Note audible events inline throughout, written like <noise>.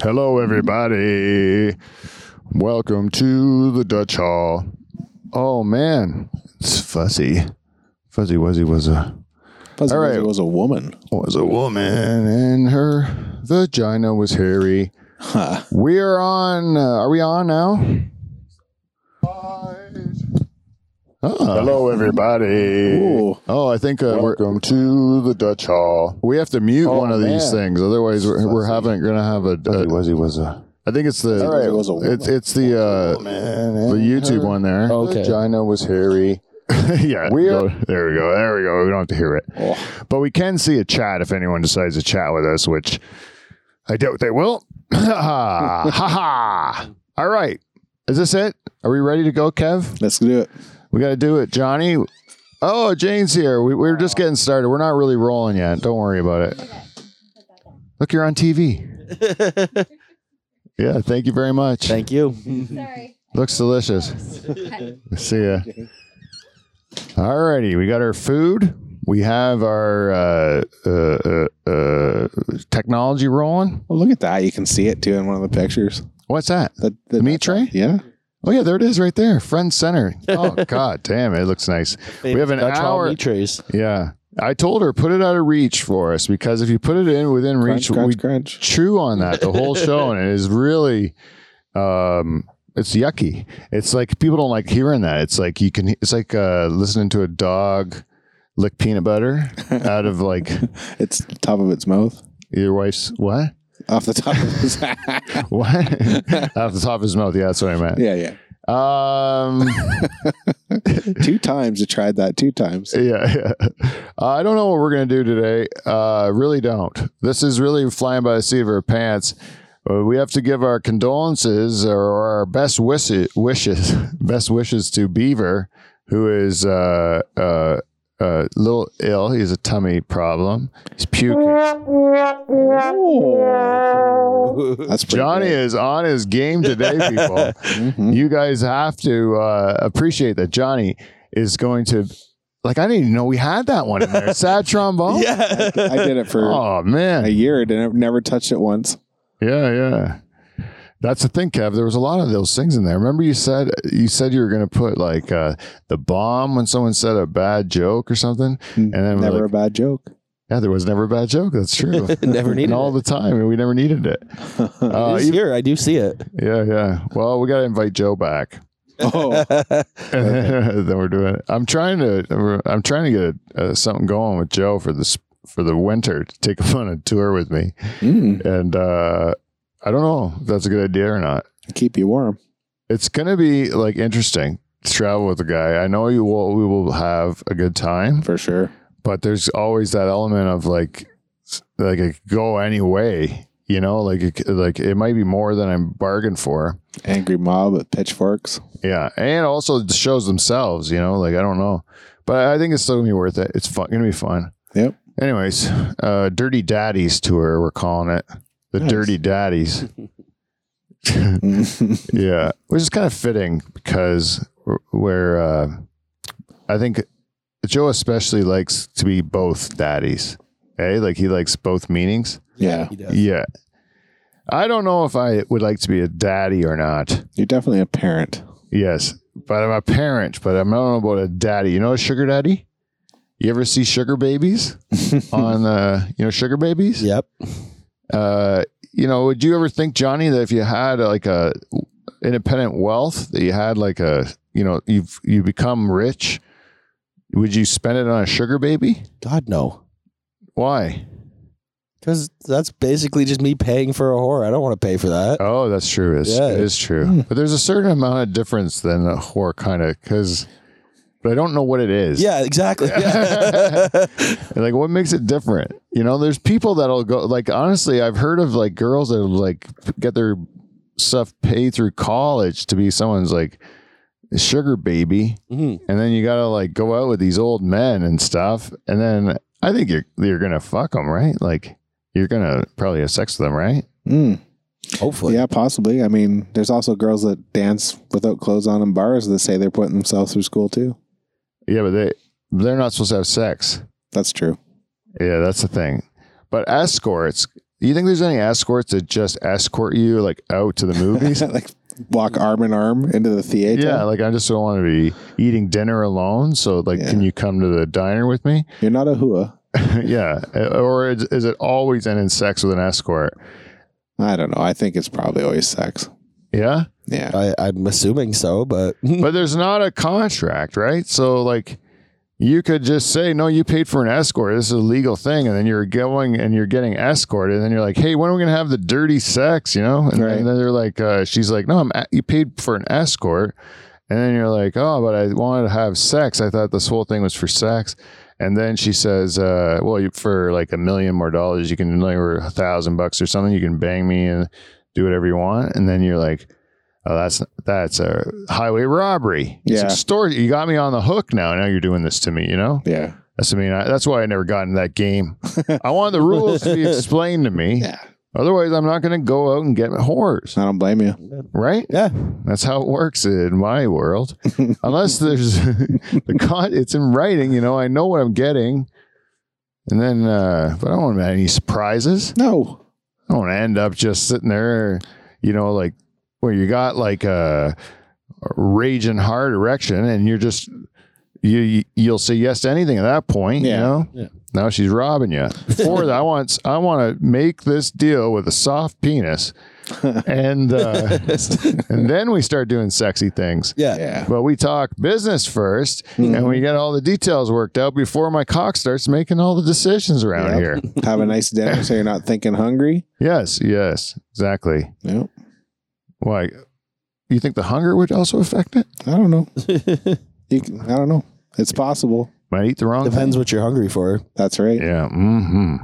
Hello, everybody. Welcome to the Dutch Hall. Oh man, it's fuzzy. Fuzzy Wuzzy was a Fuzzy All right. Wuzzy was a woman. was a woman, and her vagina was hairy. Huh. We are on. Uh, are we on now? Ah. Hello, everybody. Ooh. Oh, I think uh, welcome to the Dutch Hall. Oh, We have to mute one of these man. things, otherwise we're, we're having going to have a. a Wuzzy was a. I think it's the. Wuzzy was a woman. it's it's the uh, the YouTube one there. Oh, Okay. Vagina was hairy. <laughs> yeah. We are- there we go. There we go. We don't have to hear it. But we can see a chat if anyone decides to chat with us, which I doubt they will. <laughs> ha ha. All right. Is this it? Are we ready to go, Kev? Let's do it. We got to do it, Johnny. Oh, Jane's here. We, we were just getting started. We're not really rolling yet. Don't worry about it. Look, you're on <laughs> TV. Yeah, thank you very much. Thank <laughs> you. Sorry. Looks delicious. See ya. Alrighty, we got our food. We have our uh, uh, uh, uh, technology rolling. Well, Oh, look at that. You can see it too in one of the pictures. What's that? The, The meat tray? Yeah. Oh yeah, there it is, right there. Friend center. <laughs> Oh god, damn, it looks nice. We have an Dutch Hall hour. meat trays. Yeah, I told her put it out of reach for us because if you put it in within Crunch, reach, crunch, we crunch. chew on that the whole show, and it is really, um, it's yucky. It's like people don't like hearing that. It's like you can. It's like uh, listening to a dog lick peanut butter out of like It's the top of its mouth. your wife's what Off the top of its <laughs> what <laughs> off the top of his mouth. Yeah, that's what I meant. Yeah, yeah. Um, Two times. I tried that <laughs> two times. yeah, yeah. Uh, I don't know what we're gonna do today. Uh, really don't. This is really flying by the seat of our pants. Uh, we have to give our condolences or our best wishes, wishes, <laughs> best wishes to Beaver, who is uh, uh, uh, little ill. He has a tummy problem. He's puking. That's pretty Johnny good. is on his game today, <laughs> people. Mhm. you guys have to uh, appreciate that Johnny is going to. Like I didn't even know we had that one in <laughs> there. Sad Oh. trombone. yeah. I did it for <laughs> Oh a man. year. Didn't never touched it once. Yeah, yeah. That's the thing, Kev. There was a lot of those things in there. Remember, you said you said you were going to put like uh, the bomb when someone said a bad joke or something, Mm, and then we're Never like, a bad joke. <laughs> yeah, there was never a bad joke. That's true. <laughs> Never needed and all it. the time, and we never needed <laughs> it. Uh, It is even- here. I do see it. yeah, yeah. Well, we got to invite Joe back. <laughs> Oh, <laughs> then we're doing. It. I'm trying to. I'm trying to get uh, something going with Joe for this for the winter to take him on a tour with me. Mm. and uh, I don't know if that's a good idea or not. keep you warm. It's gonna be like interesting to travel with a guy. I know you will. We will have a good time, For sure. but there's always that element of like, s- like it could go any way. You know, like it, c- like it might be more than I bargained for. Angry mob with pitchforks. <laughs> Yeah, and also the shows themselves. You know, like I don't know, but I- I think it's still gonna be worth it. It's fun, gonna be fun. Yep. Anyways, uh, Dirty Daddies tour, we're calling it the Nice. Dirty Daddies. Mm. yeah which is kind of fitting because we're- we're uh i think joe especially likes to be both daddies eh? like he likes both meanings <laughs> yeah. He does. yeah i don't know if i would like to be a daddy or not You're definitely a parent. yes but i'm a parent but i'm not about a daddy you know a sugar daddy you ever see sugar babies on uh you know sugar babies Yep. uh, you know, would you ever think, Johnny, that if you had like a independent wealth, that you had like a, you know, you've you become rich, would you spend it on a sugar baby? God no. Why? Because that's basically just me paying for a whore. I don't want to pay for that. Oh, that's true. It's, Yeah. Hmm. It is true. But there's a certain amount of difference than a whore, kind of, because. But I don't know what it is. Yeah, exactly. <laughs> Yeah. Like, what makes it different? You know, there's people that'll go. Like, honestly, I've heard of like girls that like get their stuff paid through college to be someone's like sugar baby, Mhm. and then you gotta like go out with these old men and stuff, and then I think you're you're gonna fuck them, right? Like, you're gonna probably have sex with them, right? Mm. Hopefully. Yeah, possibly. I mean, there's also girls that dance without clothes on in bars that say they're putting themselves through school too. Yeah, but they they're not supposed to have sex. That's true. <laughs> Yeah, that's the thing. But escorts, You think there's any escorts that just escort you like out to the <laughs> movies? like walk arm in arm into the theater. yeah, like I just don't want to be eating dinner alone. So like, Yeah. can you come to the diner with me? You're not a hua. yeah, or is, is it always ending sex with an escort? I don't know. I think it's probably always sex. Yeah, Yeah. I, I'm assuming so, but <laughs> but there's not a contract, right? So like you could just say, no, you paid for an escort. This is a legal thing. And then you're going and you're getting escorted. And then you're like, hey, when are we going to have the dirty sex? You know? And, Right. and then they're like, uh, she's like, no, I'm a- you paid for an escort. And then you're like, oh, but I wanted to have sex. I thought this whole thing was for sex. And then she says, uh, well, you, for like a million more dollars, you can, like, or a thousand bucks or something, you can bang me and do whatever you want. And then you're like, oh, that's that's a highway robbery. It's Yeah. extortion. You got me on the hook now. Now you're doing this to me. You know. Yeah. That's I mean. I, that's why I never got into that <laughs> game. I want the rules to be explained to me. Yeah. Otherwise, I'm not going to go out and get whores. I don't blame you. Right. yeah, That's how it works in my world. <laughs> Unless there's <laughs> the con, it's in writing. You know, I know what I'm getting. And then, uh, but I don't want any surprises. No. I don't want to end up just sitting there, you know, like where you got like a, a raging hard erection, and you're just you you'll say yes to anything at that point, Yeah. you know. Yeah. Now she's robbing you. Before that, I want I want to make this deal with a soft penis, and uh, and then we start doing sexy things. <laughs> yeah. Yeah. Hmm. But we talk business 1st and we get all the details worked out before my cock starts making all the decisions around Yep. here. Have a nice dinner so you're not thinking hungry. Yes, yes, exactly. No. Why? You think the hunger would also affect it? I don't know. Depends You can, I don't know. It's possible. Might eat the wrong what you're hungry for. That's right. thing? Yeah. hmm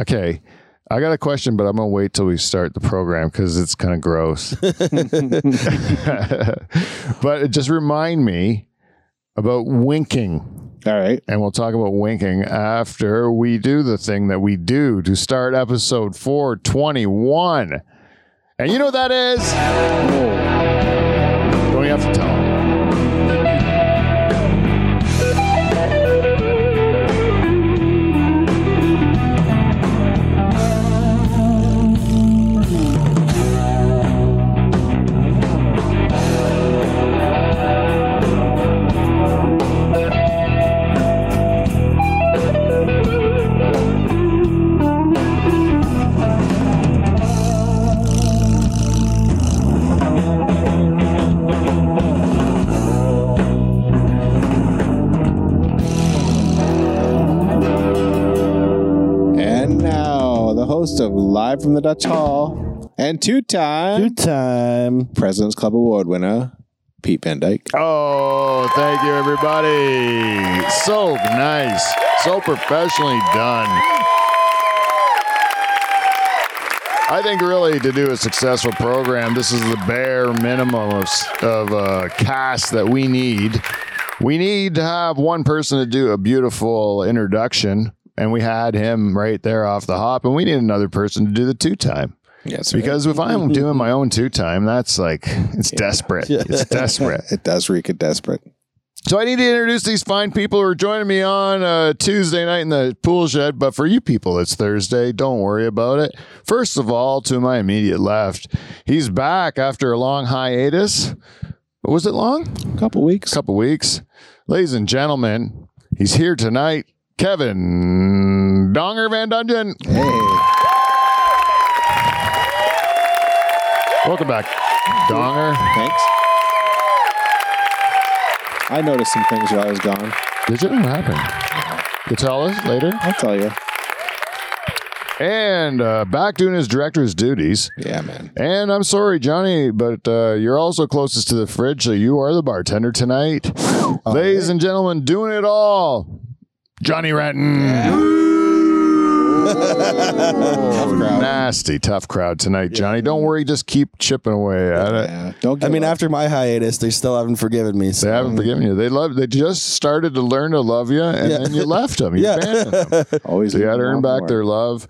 Okay. I got a question, but I'm gonna wait till we start the program because it's kind of gross. <laughs> but just remind me about winking, All right. and we'll talk about winking after we do the thing that we do to start episode 421. And you know what that is? Oh. Don't you have to tell 'em? And now, the host of Live from the Dutch Hall and two time time. President's Club Award winner, Pete Van Dyke. Oh, thank you, everybody. So nice. So professionally done. I think really to do a successful program, this is the bare minimum of, of uh, cast that we need. We need to have one person to do a beautiful introduction, and we had him right there off the hop, and we need another person to do the two time. Yes. Because if I'm doing my own two time, that's like, it's desperate. It's desperate. it does reek of desperate. So I need to introduce these fine people who are joining me on uh, Tuesday night in the pool shed. But for you people, it's Thursday. Don't worry about it. First of all, to my immediate left, he's back after a long hiatus. Was it long? A couple A weeks. couple weeks. Ladies and gentlemen, he's here tonight. Kevin Donger Van Dungeon. Hey. Welcome back, Donger. Thanks. I noticed some things while I was gone. Did you know what happened? You tell us later. I'll tell you. And uh, back doing his director's duties. Yeah, man. And I'm sorry, Johnny, but uh, you're also closest to the fridge, so you are the bartender tonight. <laughs> Ladies and gentlemen, doing it all. Johnny Renton. Tough crowd. Nasty, tough crowd tonight, Johnny. Don't worry, just keep chipping away at it. Yeah. Don't I give mean, up. after my hiatus, they still haven't forgiven me. They So. haven't forgiven you. They love. They just started to learn to love you, and Yeah. then you left them. You <laughs> Yeah. abandoned them. always So you got to leave earn them out back more. their love.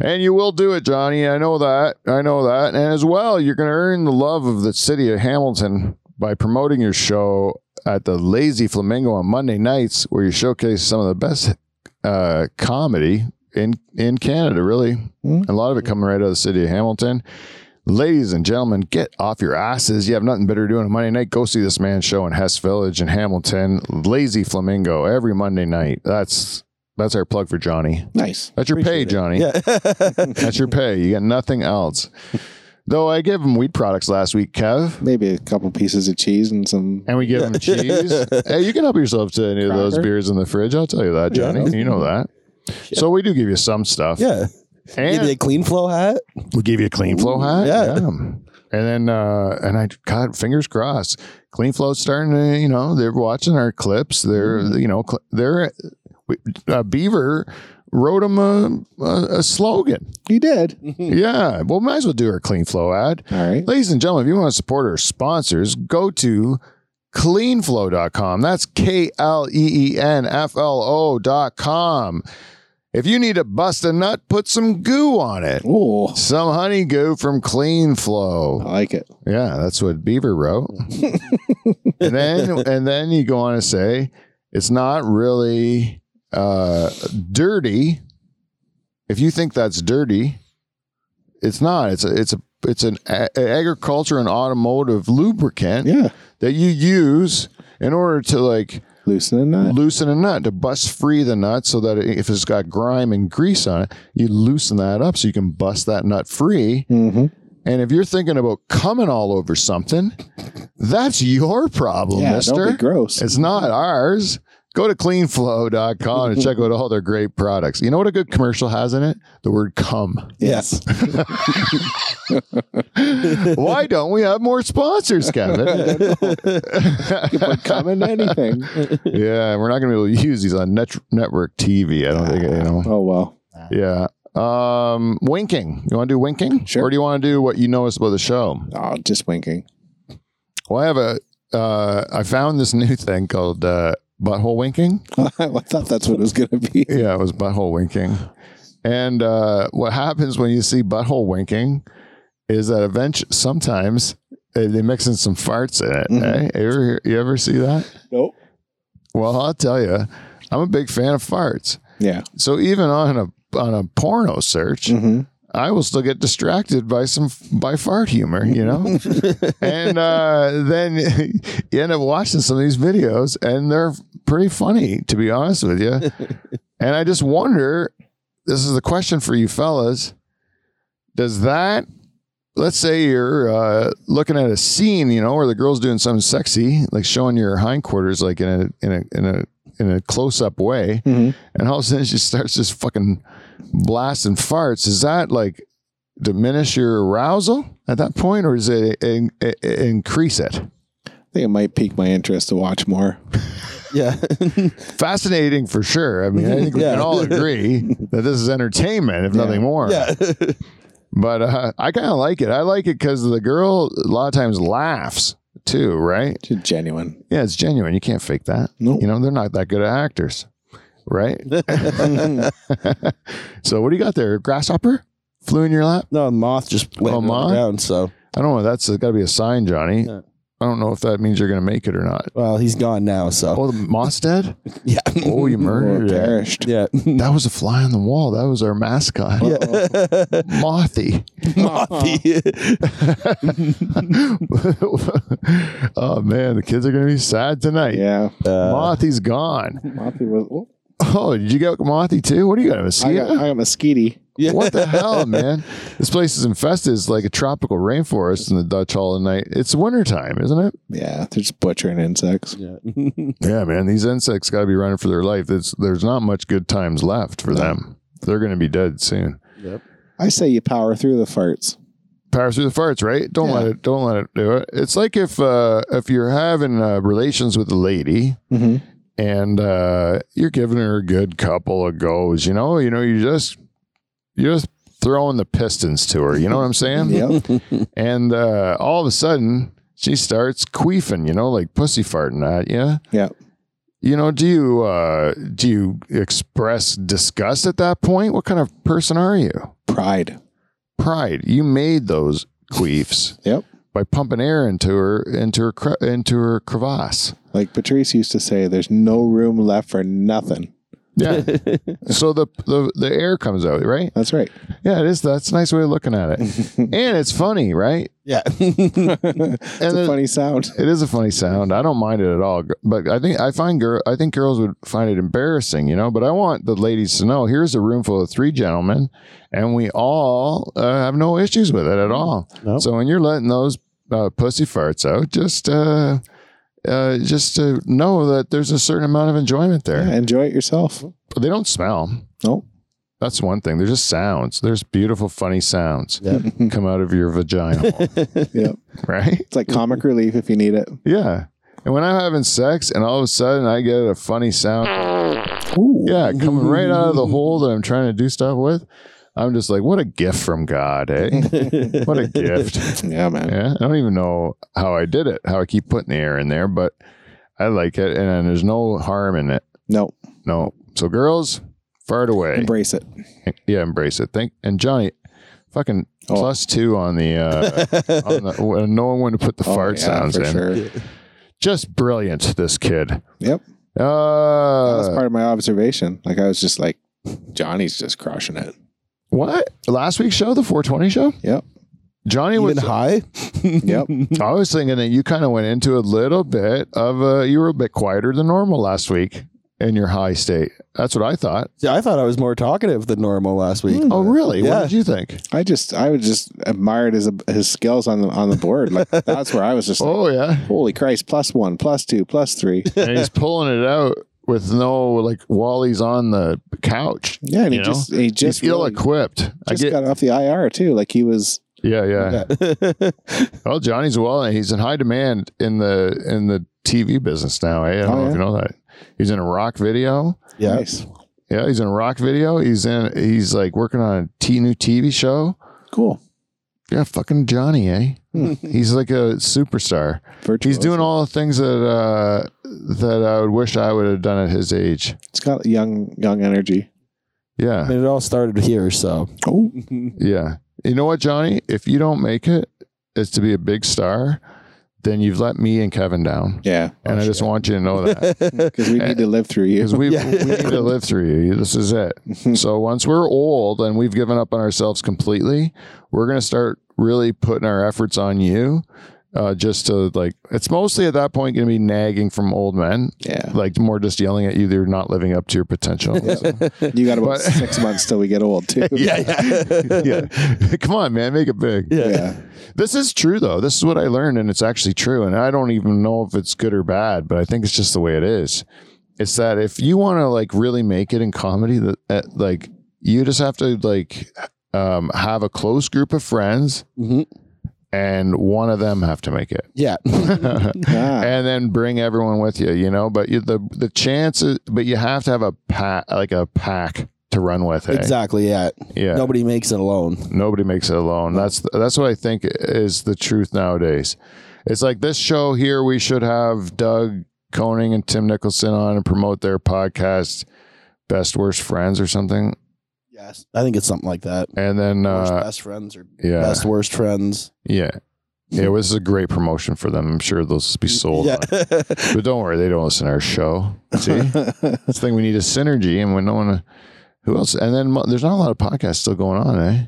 And you will do it, Johnny. I know that. I know that. And as well, you're going to earn the love of the city of Hamilton by promoting your show at the Lazy Flamingo on Monday nights, where you showcase some of the best uh, comedy in in Canada, really. Mhm. A lot of it coming right out of the city of Hamilton. Ladies and gentlemen, get off your asses. You have nothing better to do on a Monday night. Go see this man show in Hess Village in Hamilton. Lazy Flamingo every Monday night. That's that's our plug for Johnny. Nice. That's your pay, Appreciate it. Johnny. Yeah. <laughs> That's your pay. You got nothing else. Though I gave him weed products last week, Kev, Maybe a couple pieces of cheese and some. and we gave him <laughs> cheese. Hey, you can help yourself to any of those Cracker. beers in the fridge. I'll tell you that, Yeah. Johnny. You know that. So we do give you some stuff. yeah. And Maybe a clean flow hat. <laughs> we give you a clean flow Ooh, hat. yeah. And then uh and I God, fingers crossed. Clean flow starting to, you know, they're watching our clips. They're Mm-hmm. you know, cl- they're we- uh, Beaver wrote him a, a, a slogan. You did. Yeah. Well, might as well do our clean flow ad. All right. Ladies and gentlemen, if you want to support our sponsors, go to cleanflow.com. That's K L E E N F L O.com. If you need to bust a nut, put some goo on it. Ooh, Some honey goo from Clean I Flow. like it. Yeah, that's what Beaver wrote. and then and then you go on to say it's not really uh, dirty. If you think that's dirty, it's not. It's a it's a it's an a- agriculture and automotive lubricant Yeah. that you use in order to like Loosen a nut. loosen a nut to bust free the nut so that if it's got grime and grease on it, you loosen that up so you can bust that nut free. Mm-hmm. And if you're thinking about coming all over something, that's your problem, yeah. Don't mister. be gross. It's not ours. Go to cleanflow.com and check out all their great products. You know what a good commercial has in it? The word <laughs> come. Yes. Why don't we have more sponsors, <laughs> Kevin? Common <laughs> anything. <laughs> yeah, we're not going to be able to use these on net- network TV. I don't think, you know. Oh well. Yeah. Um, winking. You want to do winking? Sure. Or do you want to do what you know us about the show? Oh, just winking. <laughs> Well, I have a. Uh, I found this new thing called uh, butthole winking. I thought that's what it was gonna be. Yeah, it was butthole winking. And uh, what happens when you see butthole winking is that eventually, sometimes uh, they mix in some farts in it. Mhm. eh? You ever you ever see that? <laughs> Nope. Well, I'll tell you, I'm a big fan of farts. Yeah. So even on a on a porno search, Mm-hmm. I will still get distracted by some by fart humor, you know. and uh, then you end up watching some of these videos, and they're pretty funny, to be honest with you. and I just wonder, this is the question for you fellas: Does that, let's say you're uh, looking at a scene, you know, where the girl's doing something sexy, like showing your hindquarters, like in a in a in a in a close up way, Mm-hmm. and all of a sudden she starts just fucking blasting farts. Does that like diminish your arousal at that point, or does it in, in- increase it? I think it might pique my interest to watch more. <laughs> Yeah. Fascinating for sure. I mean, I think we Yeah. can all agree that this is entertainment, if Yeah. nothing more. yeah. But uh, I kind of like it. I like it because the girl a lot of times laughs too, right? Just <laughs> genuine. Yeah, it's genuine. You can't fake that. Nope. You know, they're not that good at actors, right? <laughs> so, what do you got there? Grasshopper flew in your lap? <laughs> No, moth just went Oh, moth? around. So, I don't know. That's got to be a sign, Johnny. Yeah. I don't know if that means you're going to make it or not. well, he's gone now. So, Oh, the moth's dead? <laughs> yeah. Oh, you Or murdered it. perished. <laughs> <laughs> yeah. <laughs> That was a fly on the wall. That was our mascot, Yeah. <laughs> Mothy. <laughs> Mothy. oh, man. The kids are going to be sad tonight. Yeah. Uh, Mothy's gone. Moppy was. oh, Oh, did you get Mothy too? What do you got? A I mosquito? got. <laughs> I got mosquito. yeah. What the hell, man? This place is infested. It's like a tropical rainforest in the Dutch Hall at night. It's wintertime, isn't it? Yeah. They're just butchering insects. <laughs> Yeah. Yeah, man, these insects got to be running for their life. It's, there's not much good times left for them. They're going to be dead soon. <laughs> yep. I say you power through the farts. Power through the farts, right? Don't let Yeah. it. Don't let it do it. It's like if uh, if you're having uh, relations with a lady Mm-hmm. and uh, you're giving her a good couple of goes. You know, you know, you just you're just throwing the pistons to her. You <laughs> know what I'm saying? Yep. And uh, all of a sudden, she starts queefing. You know, like pussy farting at you. Yeah. you know do you uh do you express disgust at that point what kind of person are you Pride. pride you made those queefs Yep. by pumping air into her into her cre- into her crevasse Like Patrice used to say, there's no room left for nothing. Yeah. so the, the the air comes out, right? That's right. <laughs> Yeah, it is. That's a nice way of looking at it. and it's funny, right? <laughs> <laughs> yeah. it's And a then- funny sound. It is a funny sound. I don't mind it at all. But I think I find girl I think girls would find it embarrassing, you know. But I want the ladies to know here's a room full of three gentlemen, and we all uh, have no issues with Mm-hmm. it at all. Nope. So when you're letting those uh, pussy farts out, just uh, uh, just to know that there's a certain amount of enjoyment there. Yeah, enjoy it yourself. But they don't smell. Nope. That's one thing. They're just sounds. There's beautiful, funny sounds Yeah. come out of your vagina, hole, <laughs> Yep. right? <laughs> It's like comic relief if you need it. Yeah. And when I'm having sex and all of a sudden I get a funny sound, Ooh. yeah, coming right out of the <laughs> hole <laughs> that I'm trying to do stuff with, I'm just like, what a gift from God, eh? What <laughs> a gift. Yeah, man. Yeah. I don't even know how I did it, how I keep putting the air in there, but I like it. And there's no harm in it. No, No. So, girls, fart away. embrace it. yeah, embrace it. Thank And, Johnny, fucking Oh. plus two on the, uh, on the well, knowing when to put the Oh, fart yeah, sounds for in. sure. Just brilliant, this kid. Yep. That was Uh, part of my observation. Like I was just like, Johnny's just crushing it. what? Last week's show, the 420 show? Yep. Johnny Even was. <laughs> high? <laughs> Yep. I was thinking that you kind of went into a little bit of a. You were a bit quieter than normal last week in your high state. That's what I thought. Yeah, I thought I was more talkative than normal last week. Hmm. Oh, really? Yeah. What did you think? I just I was just admired his his skills on the on the <laughs> board. Like that's where I was just like, Oh, <laughs> yeah. holy Christ, plus one, plus two, <laughs> plus three. and he's pulling it out with no, like, Wally's on the couch. Yeah, and he You know? just he just, he's ill really equipped. I just get. got off the IR too. Like he was yeah, yeah. <laughs> Yeah. Well, Oh, Johnny's well, and he's in high demand in the in the TV business now. Eh? I don't Oh, know if yeah? you know that. He's in a rock video. yeah. nice, Yeah, he's in a rock video. He's in. He's like working on a t- new TV show. cool, Yeah, fucking Johnny, eh? he's like a superstar. virtuous. He's doing all the things that uh, that I would wish I would have done at his age. It's got young young energy. Yeah, And it all started here, so. Oh, <laughs> yeah. You know what, Johnny? If you don't make it, it's to be a big star. Then you've let me and Kevin down, yeah, and I just want you to know that. <laughs> because we need to live through you. because we, Yeah. we need to live through you. This is it. So once we're old and we've given up on ourselves completely, we're going to start really putting our efforts on you. Uh, just to like, it's mostly at that point going to be nagging from old men, <laughs> Yeah, like more just yelling at you. They're not living up to your potential. you got about But- six months till we get old too. <laughs> <laughs> Yeah, <laughs> yeah. Come on, man, make it big. Yeah. yeah, This is true though. This is what I learned, and it's actually true. And I don't even know if it's good or bad, but I think it's just the way it is. It's that if you want to like really make it in comedy, that uh, like you just have to like um, have a close group of friends, Mhm. and one of them have to make it, <laughs> Yeah. Ah, and then bring everyone with you. You know, but you, the the chances, but you have to have a pack, like a pack to run with. eh? Exactly. Yeah. Yeah. Mm. Nobody makes it alone. Nobody makes it alone. That's that's what I think is the truth nowadays. It's like this show here. We should have Doug Koning and Tim Nicholson on and promote their podcast, Best Worst Friends or something. Yes. I think it's something like that. And then Worst uh, best friends or yeah, best worst friends. yeah, yeah. This is a great promotion for them. I'm sure those will be sold. Yeah. on. But don't worry, they don't listen to our show. See, this thing we need a synergy, and when no one, who else? And then mo- there's not a lot of podcasts still going on, eh?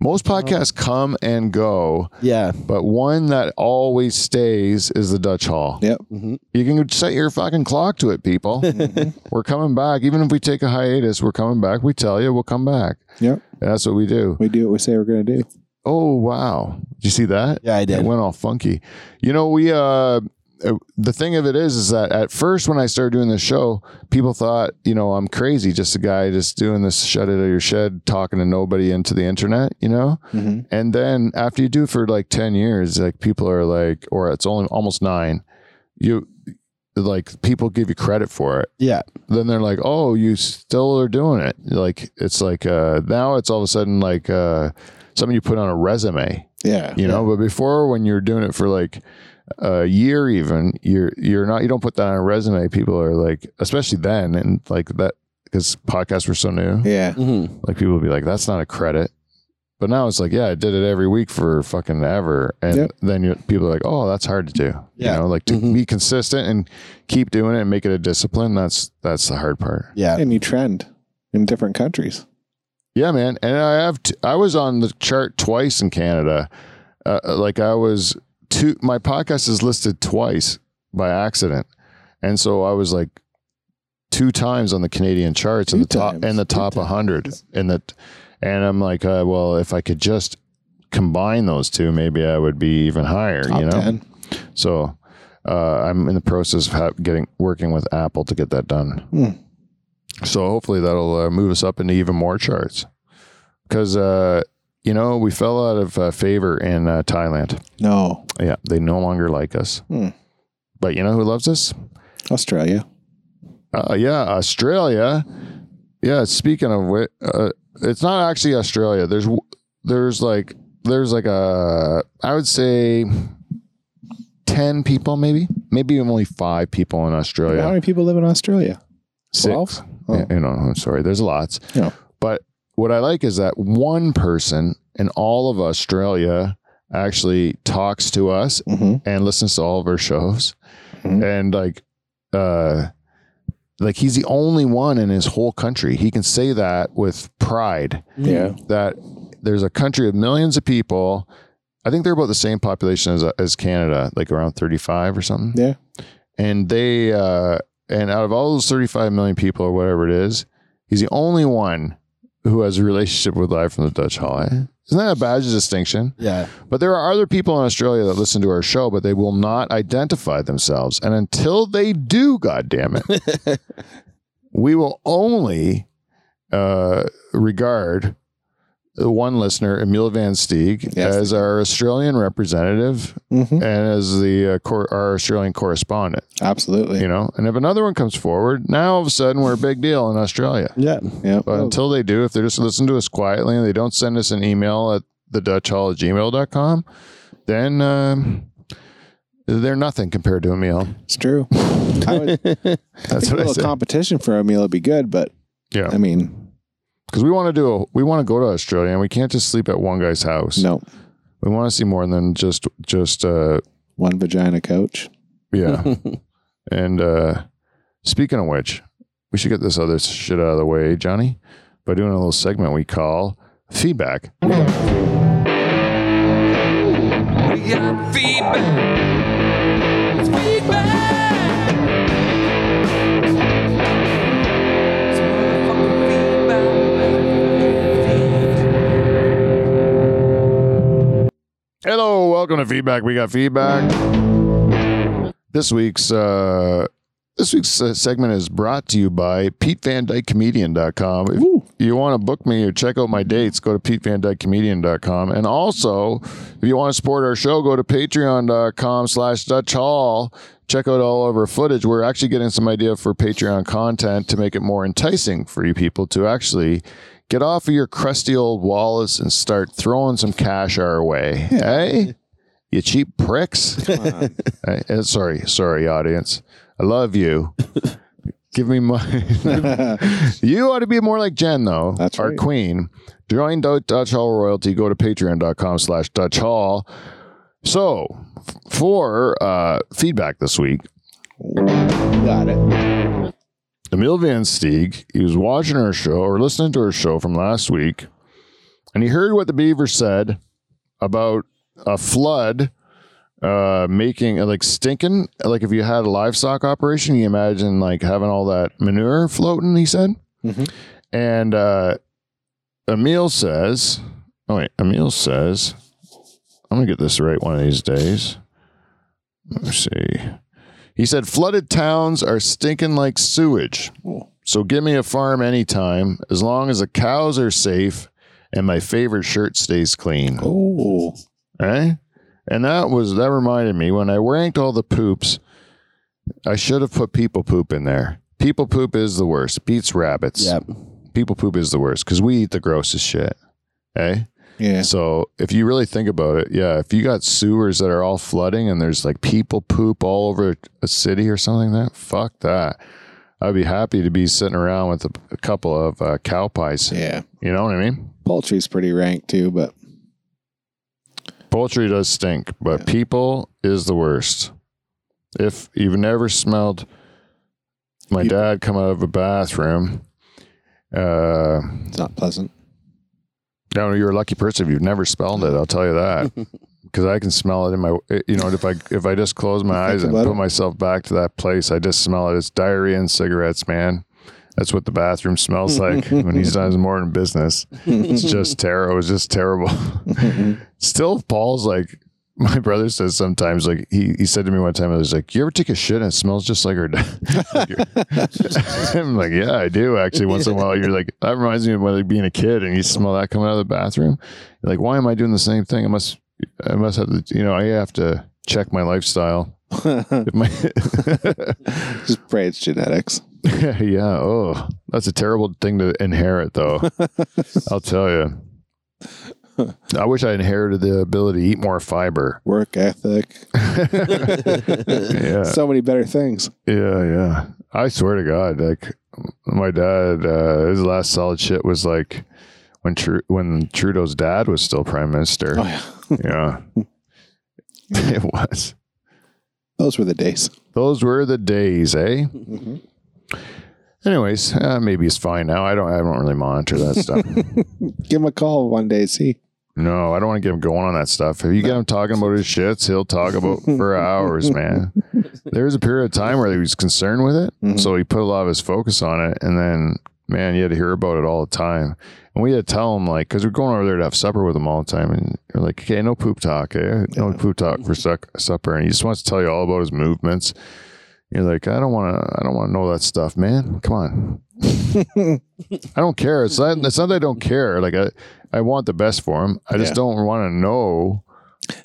Most podcasts come and go. <laughs> yeah. But one that always stays is the Dutch Hall. Yeah. Mhm. You can set your fucking clock to it, people. <laughs> we're coming back. Even if we take a hiatus, we're coming back. We tell you, we'll come back. Yep. And that's what we do. we do what we say we're gonna do. Oh, wow. Did you see that? Yeah, I It did. went all funky. You know, we, uh, uh, the thing of it is, is that at first when I started doing this show, people thought, you know, I'm crazy, just a guy just doing this shut it out of your shed, talking to nobody into the internet, you know? Mm-hmm. And then after you do it for like 10 years, like people are like, or it's only almost nine, you like people give you credit for it. Yeah. Then they're like, oh, you still are doing it. Like it's like, uh, now it's all of a sudden like, uh, something you put on a resume, Yeah, you know, but before when you're doing it for like a year, even you're, you're not, you don't put that on a resume. People are like, especially then. And like that, cause podcasts were so new, yeah. Mhm. like people would be like, that's not a credit. But now it's like, yeah, I did it every week for fucking ever, and Yep. then you, people are like, oh, that's hard to do. Yeah. You know, like to Mhm. be consistent and keep doing it and make it a discipline. That's that's the hard part. Yeah. and you trend in different countries. Yeah, man. And I have t- I was on the chart twice in Canada. Uh, like I was two my podcast is listed twice by accident. And so I was like two times on the Canadian charts in Two the top times. in the Two top 100 in the and I'm like, uh, well, if I could just combine those two, maybe I would be even higher, Top you know. 10. So uh, I'm in the process of ha- getting working with Apple to get that done. Hmm. So hopefully that'll uh, move us up into even more charts because uh, you know we fell out of uh, favor in uh, Thailand. No, Yeah, they no longer like us. Hmm. But you know who loves us? Australia. Uh, yeah, Australia. Yeah, speaking of which, uh, it's not actually Australia. There's w- there's like there's like a I would say ten people maybe maybe only five people in How Australia. many people live in Australia? Six. Twelve? Oh. Yeah, you know, I'm sorry. There's lots. Yeah. But what I like is that one person in all of Australia actually talks to us hmm and listens to all of our shows. Mhm. And like uh like he's the only one in his whole country. He can say that with pride Yeah. that there's a country of millions of people. I think they're about the same population as as Canada, like around 35 or something. Yeah. And they uh and out of all those 35 million people or whatever it is, he's the only one who has a relationship with Live from the Dutch Hall. eh? Isn't that a badge of distinction? Yeah. But there are other people in Australia that listen to our show, but they will not identify themselves. And until they do, goddamn it, we will only uh, regard the one listener, Emil Van Steeg, Yes. as our Australian representative hmm and as the uh, cor- our Australian correspondent. Absolutely. You know, and if another one comes forward, now all of a sudden we're a big deal in Australia. Yeah. Yeah. But until they do, if they just listen to us quietly and they don't send us an email at the Dutch Hall at gmail.com, then um, they're nothing compared to a meal. <laughs> it's true. I would, That's a what I little said. competition for a meal would be good, but I Yeah. mean, Because we want to do, a, we want to go to Australia and we can't just sleep at one guy's house. no, We want to see more than just, just, uh, one vagina coach. yeah. and uh, speaking of which, we should get this other shit out of the way, Johnny, by doing a little segment we call feedback. We got feedback. It's feedback. It's motherfucking feedback. Hello, welcome to Feedback. We got feedback. This week's uh, this week's uh, segment is brought to you by PeteVanDykeComedian.com. If Woo. you want to book me or check out my dates, go to PeteVanDykeComedian.com. And also, if you want to support our show, go to Patreon.com slash Dutch Hall. Check out all of our footage. We're actually getting some idea for Patreon content to make it more enticing for you people to actually get off of your crusty old wallets and start throwing some cash our way. Hey? You cheap pricks. <laughs> Eh, eh, sorry, sorry, audience. I love <laughs> you. Give me money. <laughs> You ought to be more like Jen, though. That's our right. queen. Join Dut- Dutch Hall Royalty. Go to patreon.com slash Dutch Hall. So, f- for uh, feedback this week, Got it. Emil Van Steeg, he was watching our show or listening to our show from last week, and he heard what the Beaver said about a flood uh, making like stinking. Like if you had a livestock operation, you imagine like having all that manure floating. He said, Mhm. and uh, Emil says, "Oh wait, Emil says, I'm gonna get this right one of these days." Let's see. He said, flooded towns are stinking like sewage. Oh. So give me a farm anytime, as long as the cows are safe and my favorite shirt stays clean. Oh, Eh? And that was that reminded me when I ranked all the poops, I should have put people poop in there. People poop is the worst. Beats rabbits. Yeah. People poop is the worst because we eat the grossest shit. Eh? yeah. So if you really think about it, yeah, if you got sewers that are all flooding and there's like people poop all over a city or something like that, fuck that. I'd be happy to be sitting around with a, a couple of uh, cow pies. Yeah. You know what I mean? Poultry's pretty rank too, but Poultry does stink, but Yeah. people is the worst. If you've never smelled my People. dad come out of a bathroom, uh, it's not pleasant. <laughs> no, you're a lucky person if you've never smelled it. I'll tell you <laughs> that because I can smell it in my. You know, if I if I just close my eyes and about put it. myself back to that place, I just smell it. It's diarrhea and cigarettes, man. That's what the bathroom smells <laughs> like when he's done his morning business. It's just terrible. It was just terrible. <laughs> Still, Paul's like my brother says sometimes. Like he he said to me one time, I was like, "You ever take a shit and it smells just like her?" dad?" <laughs> Like, <laughs> I'm like, yeah, I do actually. Once in a while, you're like, that reminds me of when, like, being a kid and you smell that coming out of the bathroom. You're like, why am I doing the same thing? I must, I must have to, you know, I have to check my lifestyle. If my, <laughs> just pray it's genetics. yeah. Oh, that's a terrible thing to inherit, though. I'll tell you. I wish I inherited the ability to eat more <laughs> fiber. <laughs> Work ethic. Yeah. So many better things. Yeah, yeah. I swear to God, like my dad, uh, his last solid shit was like when Tru- when Trudeau's dad was still prime minister. Oh <laughs> yeah. yeah, it was. Those were the days. Those were the days, eh? Mhm. Anyways, uh, maybe it's fine now. I don't. I don't really monitor that stuff. Give him a call one day. See. no, I don't want to get him going on that stuff. If you get him talking about his shits, he'll talk about for hours, man. There was a period of time where he was concerned with it, Mhm. so he put a lot of his focus on it, and then man, you had to hear about it all the time. And we had to tell him like, because we're going over there to have supper with him all the time, and you're like, okay, no poop talk, eh? no poop talk for suck- supper, and he just wants to tell you all about his movements. You're like, I don't want to, I don't want to know that stuff, man. Come on, I don't care. It's not, it's not that I don't care. Like I, I want the best for him. I just Yeah. don't want to know.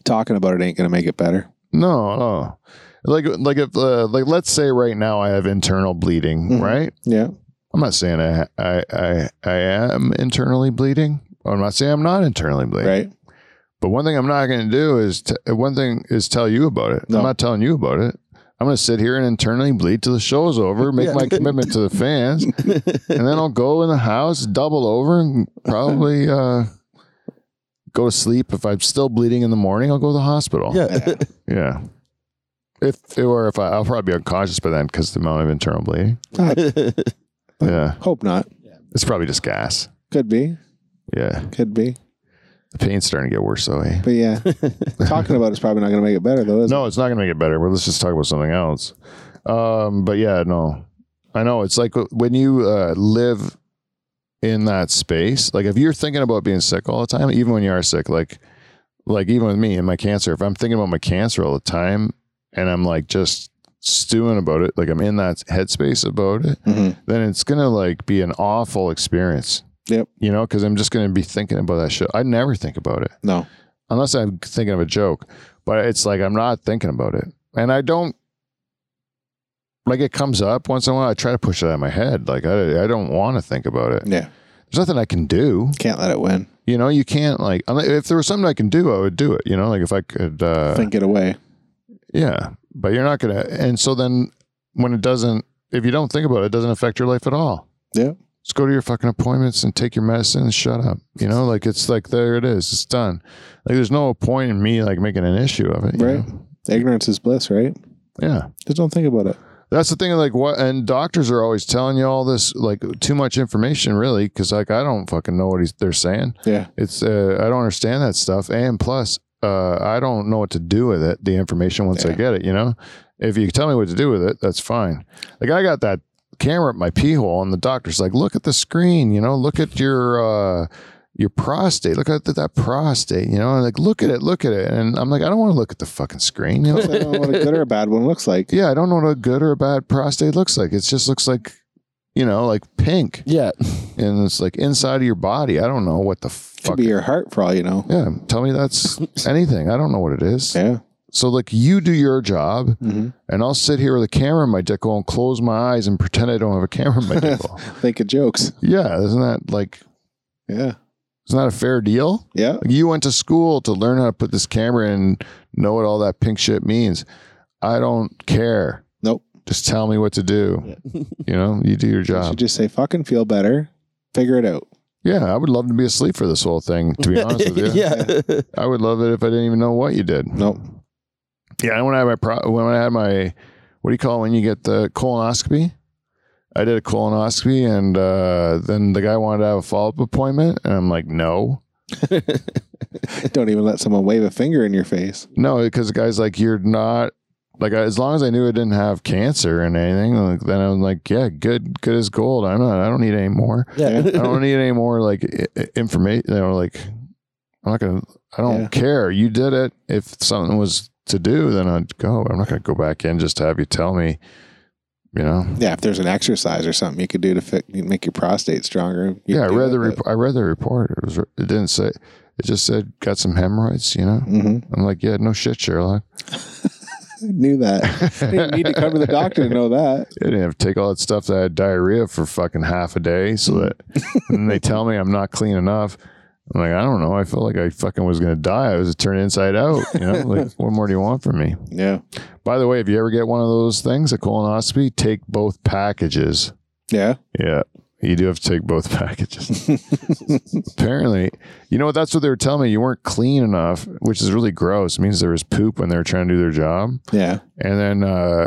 Talking about it ain't gonna make it better. No, no. Like, like if, uh, like, let's say right now I have internal bleeding, Mhm. right? Yeah. I'm not saying I, I I I am internally bleeding. I'm not saying I'm not internally bleeding. Right. But one thing I'm not going to do is t- one thing is tell you about it. No. I'm not telling you about it. I'm going to sit here and internally bleed till the show's over, make <laughs> Yeah. my commitment to the fans, and then I'll go in the house, double over, and probably uh, go to sleep. If I'm still bleeding in the morning, I'll go to the hospital. Yeah. Yeah. If or if I, I'll probably be unconscious by then because the amount of internal bleeding. Yeah, Ah, Hope not. it's probably just gas. Could be. Yeah. Could be. The pain's starting to get worse though, eh? But yeah, talking about it's probably not gonna make it better though. Is No, it's not going to make it better, but let's just talk about something else. Um, but yeah, no. I know. It's like when you uh, live in that space, like if you're thinking about being sick all the time, even when you are sick, like, like even with me and my cancer, if I'm thinking about my cancer all the time and I'm like just stewing about it, like I'm in that headspace about it, it? Mhm. then it's gonna like be an awful experience. Yep. You know, because I'm just gonna be thinking about that shit. I never think about it No. unless I'm thinking of a joke, but it's like I'm not thinking about it. And I don't like it comes up once in a while. I try to push it out of my head. Like I, I don't want to think about it. Yeah. There's nothing I can do. Can't let it win. You know, you can't like unle- if there was something I can do, I would do it. You know, like if I could. Uh, Think it away. yeah, but you're not gonna. And so then when it doesn't, if you don't think about it, it doesn't affect your life at all. Yeah. Just go to your fucking appointments and take your medicine and shut up. You know, like it's like there it is. It's done. Like there's no point in me like making an issue of it. you Right. know? Ignorance is bliss, right? Yeah. Just don't think about it. That's the thing. Like what? And doctors are always telling you all this, like too much information, really, because like I don't fucking know what he's, they're saying. Yeah. It's uh, I don't understand that stuff. And plus, uh, I don't know what to do with it. The information once I Yeah. get it, you know. If you tell me what to do with it, that's fine. Like I got that camera at my pee hole, and the doctor's like, "Look at the screen, you know. Look at your." Uh, your prostate. Look at that, that prostate. You know, and like look at it, look at it. And I'm like, I don't want to look at the fucking screen. You know, I don't know what a good or a bad one looks <laughs> like. yeah, I don't know what a good or a bad prostate looks like. It just looks like, you know, like pink, <laughs> yeah. and it's like inside of your body. I don't know what the Could fuck. be your heart for all you know. yeah, tell me that's anything. I don't know what it is. Yeah. So like, you do your job, Mhm. and I'll sit here with a camera in my dick hole and close my eyes and pretend I don't have a camera <laughs> in my dick hole. Think of jokes. Yeah, isn't that like? Yeah. Isn't that a fair deal? Yeah. Like, you went to school to learn how to put this camera and know what all that pink shit means. I don't care. Nope. Just tell me what to do. <laughs> You know, you do your You should job. just say fucking feel better. Figure it out. Yeah, I would love to be asleep for this whole thing. To <laughs> be honest with you, <laughs> yeah. I would love it if I didn't even know what you did. Nope. <laughs> Yeah, and when I had my pro- when I had my what do you call it when you get the colonoscopy? I did a colonoscopy, and uh, then the guy wanted to have a follow up appointment, and I'm like, no, Don't even let someone wave a finger in your face. no, because the guy's like, you're not like I- as long as I knew I didn't have cancer and anything, like, then I'm like, yeah, good, good as gold. I'm not, I don't need any more. I <laughs> don't need any more like information. You know, like I'm not gonna. I don't Yeah. care. You did it. If something was to do, then I'd go. I'm not gonna go back in just to have you tell me. You know. Yeah, if there's an exercise or something you could do to fi- make your prostate stronger. you yeah, I do read it, the but- rep- I read the report. It was. It didn't say. It just said got some hemorrhoids. You know. Mhm. I'm like, yeah, no shit, <laughs> Sherlock. <laughs> Knew that. Didn't need to come to the doctor to know that. I didn't have to take all that stuff that I had diarrhea for fucking half a day. So that, and they tell me I'm not clean enough. I'm like, I don't know. I felt like I fucking was gonna die. I was turned inside out. You know, like, what more do you want from me? Yeah. By the way, if you ever get one of those things, a colonoscopy, take both packages. Yeah. <laughs> Yeah. You do have to take both <laughs> packages. Apparently, you know what? That's what they were telling me. You weren't clean enough, which is really gross. It means there was poop when they were trying to do their job. Yeah. And then uh,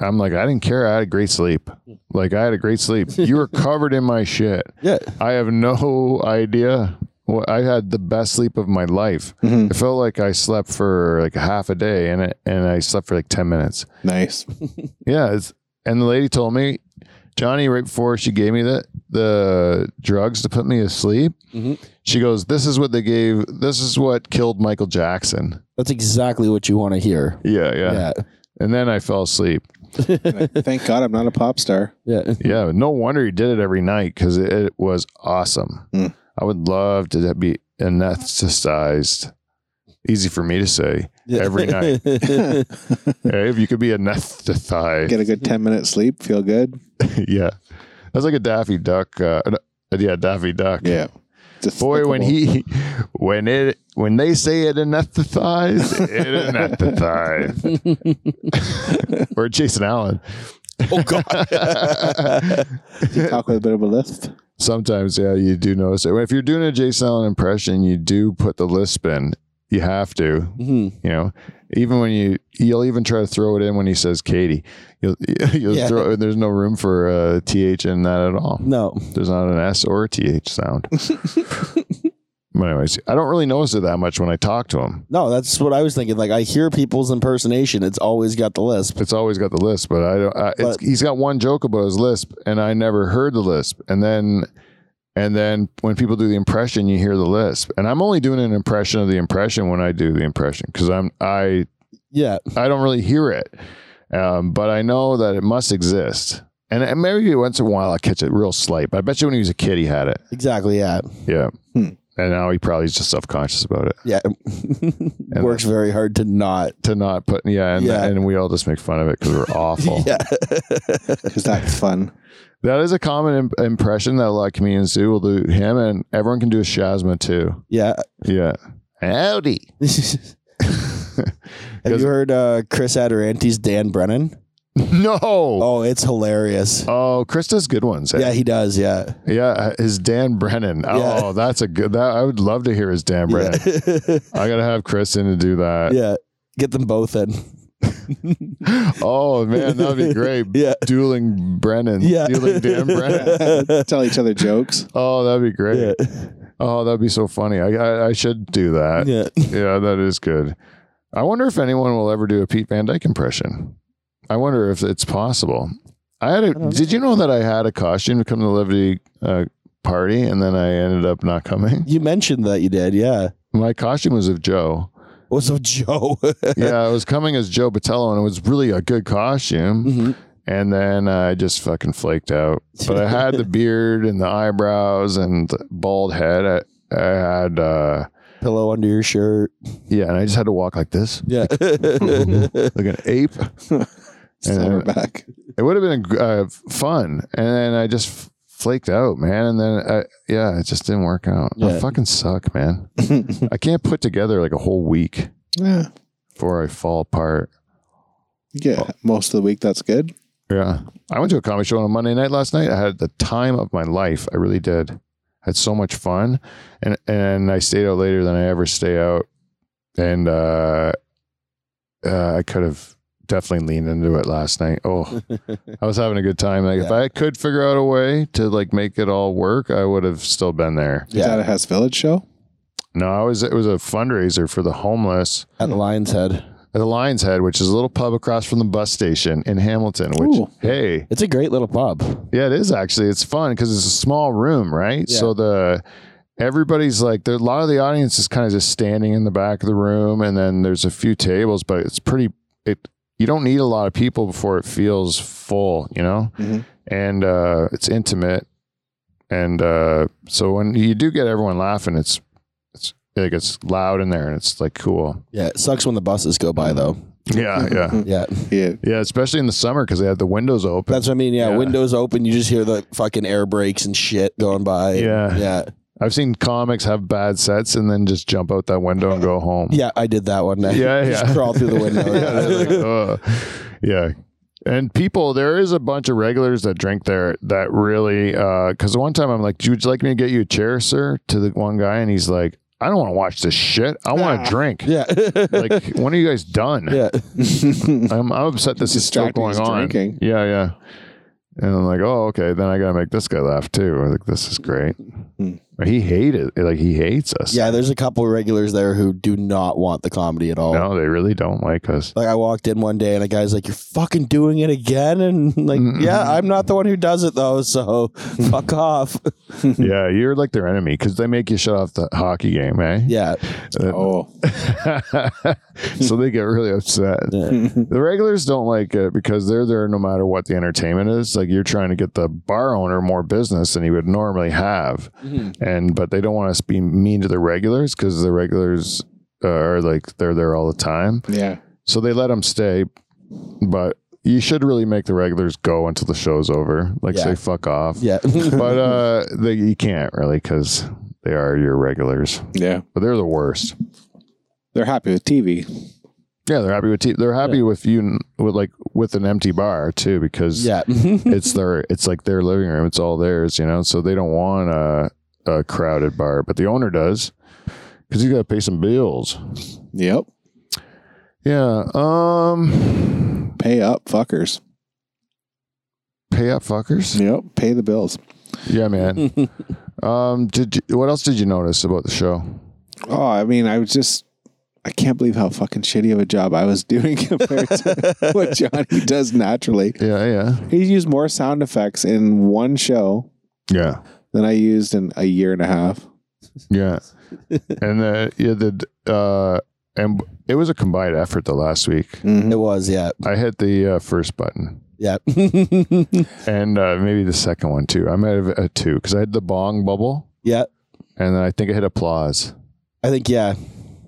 I'm like, I didn't care. I had a great sleep. Like, I had a great sleep. You were covered in my shit. Yeah. I have no idea. What, I had the best sleep of my life. Mhm. It felt like I slept for like half a day and, it, and I slept for like 10 minutes. Nice. Yeah, it's, and the lady told me, Johnny, right before she gave me the the drugs to put me asleep, Mhm. she goes, "This is what they gave. This is what killed Michael Jackson." That's exactly what you want to hear. Yeah, yeah. Yeah. And then I fell asleep. Thank God I'm not a pop star. Yeah. Yeah, no wonder he did it every night because it, it was awesome. Mm. I would love to be anesthetized. Easy for me to say. <laughs> Every night. Get Hey, if you could be anesthetized, a good 10 minute sleep, feel good. <laughs> yeah, that's like a Daffy Duck. Uh, yeah, Daffy Duck. Yeah. Boy, when Despicable. he, when it, when they say it anesthetized, it <laughs> anesthetized. or Jason <laughs> Allen. <laughs> oh <laughs> God. talk with a bit of a lisp. Sometimes, yeah, you do notice it. If you're doing a Jason Allen impression, you do put the lisp in. You have to, Mhm. you know. Even when you, you'll even try to throw it in when he says Katie. You'll, <laughs> you'll Yeah. throw. There's no room for a th in that at all. No. There's not an S or a TH sound. but anyways, I don't really notice it that much when I talk to him. No, that's what I was thinking. Like I hear people's impersonation, it's always got the lisp. It's always got the lisp, but I don't. I, it's, But- he's got one joke about his lisp, and I never heard the lisp. And then, and then when people do the impression, you hear the lisp. And I'm only doing an impression of the impression when I do the impression because I'm I Yeah. I don't really hear it, um, but I know that it must exist. And, and maybe once in a while I catch it real slight. But I bet you when he was a kid he had it. Exactly. Yeah. Yeah. Hmm. And now he probably is just self conscious about it Yeah. <laughs> Works very hard <laughs> to not. to not put yeah and, Yeah. and we all just make fun of it because <laughs> we're awful. Yeah. Because that's fun. That is a common imp- impression that a lot of comedians do. Will do him, and everyone can do a Shazma too. Yeah. <laughs> Yeah, howdy. Have you heard uh, Chris Adorante's Dan Brennan? <laughs> No. Oh, Oh, it's hilarious. Chris does good ones. Yeah, eh? he does. Yeah. yeah. His Dan Brennan. Yeah. Oh, that's a good. That I would love to hear his Dan Brennan. Yeah. I gotta have Chris in to do that. yeah. Get them both in. <laughs> Oh man, that'd be <laughs> great. Yeah. Dueling Brennan. Yeah. Dueling Dan <laughs> Brennan. Tell each other jokes. Oh, that'd be great. Yeah. Oh, that'd be so funny. I, I I should do that. Yeah. Yeah, that is good. I wonder if anyone will ever do a Pete Van Dyke impression. I wonder if it's possible. I had a. don't know. did you know that I had a costume to come to the Liberty uh, party, and then I ended up not coming. <laughs> You mentioned that you did. Yeah. My costume was of Joe. What's up, Joe? <laughs> yeah, I was coming as Joe Batello, and it was really a good costume. Mhm. And then I just fucking flaked out. But I had <laughs> the beard and the eyebrows and the bald head. I, I had, uh, Pillow under your shirt. yeah, and I just had to walk like <laughs> this, Yeah. like an <laughs> ape. Silverback. it would have been uh, fun and then i just f- flaked out man and then I, yeah it just didn't work out i Yeah. fucking suck man i can't put together like a whole week yeah. before i fall apart Yeah. Most of the week, that's good. Yeah. I went to a comedy show on a Monday night last night. I had the time of my life. I really did. had so much fun. And and I stayed out later than I ever stay out. And uh, uh I could have definitely leaned into it last night. Oh, I was having a good time. Like if Yeah. I could figure out a way to like make it all work, I would have still been there. Is that a Hess Village show? No, I was it was a fundraiser for the homeless <laughs> At Lion's Head. at the Lion's Head, which is a little pub across from the bus station in Hamilton, which Ooh. hey, It's a great little pub. Yeah, it is actually. It's fun because it's a small room, right? Yeah. So the everybody's like there. A lot of the audience is kind of just standing in the back of the room, and then there's a few tables, but it's pretty. It you don't need a lot of people before it feels full, you know. Mhm. And uh, it's intimate, and uh, so when you do get everyone laughing, it's it's like it's loud in there, and it's like cool. Yeah, it sucks when the buses go by though. Yeah, yeah, Yeah. <laughs> Yeah. yeah. Especially in the summer because they had the windows open. That's what I mean. Yeah, Yeah. windows open, you just hear the fucking air brakes and shit going by. Yeah. yeah, I've seen comics have bad sets and then just jump out that window and go home. yeah. I did that one night. Yeah, <laughs> just yeah. crawl through the window. <laughs> yeah, they're like, "Ugh." yeah. And people, there is a bunch of regulars that drink there that really, because one time I'm like, "Would you like me to get you a chair, sir?" To the one guy, and he's like, "I don't want to watch this shit. I want to drink." Ah. yeah, Like, when are you guys done? yeah. <laughs> I'm, I'm upset this is still Distracting going is on. drinking. Yeah, yeah. And I'm like, oh, okay. Then I gotta make this guy laugh too. I'm like, this is great. Hmm. He hated, like, he hates us. Yeah, there's a couple of regulars there who do not want the comedy at all. No, they really don't like <laughs> us. Like I walked in one day and a guy's like, "You're fucking doing it again," and like, Mm-mm. "Yeah, I'm not the one who does it <laughs> though, so fuck off." <laughs> Mm-hmm. yeah, you're like their enemy because they make you shut off the hockey game, eh? <laughs> Yeah, Oh. so they get really upset. yeah. <laughs> The regulars don't like it because they're there no matter what the entertainment is. Like you're trying to get the bar owner more business than he would normally have, Mm-hmm. and but they don't want us to be mean to the regulars because the regulars uh, are like they're there all the time, Yeah. so they let them stay. But you should really make the regulars go until the show's over. Like Yeah. say fuck off. yeah. but uh, they, you can't really because they are your regulars, Yeah. but they're the worst. They're happy with TV. Yeah, they're happy with te- they're happy with you n- with like with an empty bar too because <laughs> yeah. it's their it's like their living room. It's all theirs, you know. So they don't want a a crowded bar, but the owner does because you got to pay some bills. Yep. Yeah. Um. Pay up, fuckers. Pay up, fuckers. Yep. Pay the bills. Yeah, man. um. Did you, what else did you notice about the show? Oh, I mean, I was just, I can't believe how fucking shitty of a job I was <laughs> doing compared to <laughs> what Johnny does naturally. Yeah. Yeah. He's used more sound effects in one show Yeah. than I used in a year and a half. Yeah, and the yeah the uh and it was a combined effort the last week. Mhm. it was. Yeah, I hit the uh, first button yeah. <laughs> and uh, maybe the second one too. I might have a two because I had the bong bubble yeah. and then I think I hit applause. I think yeah.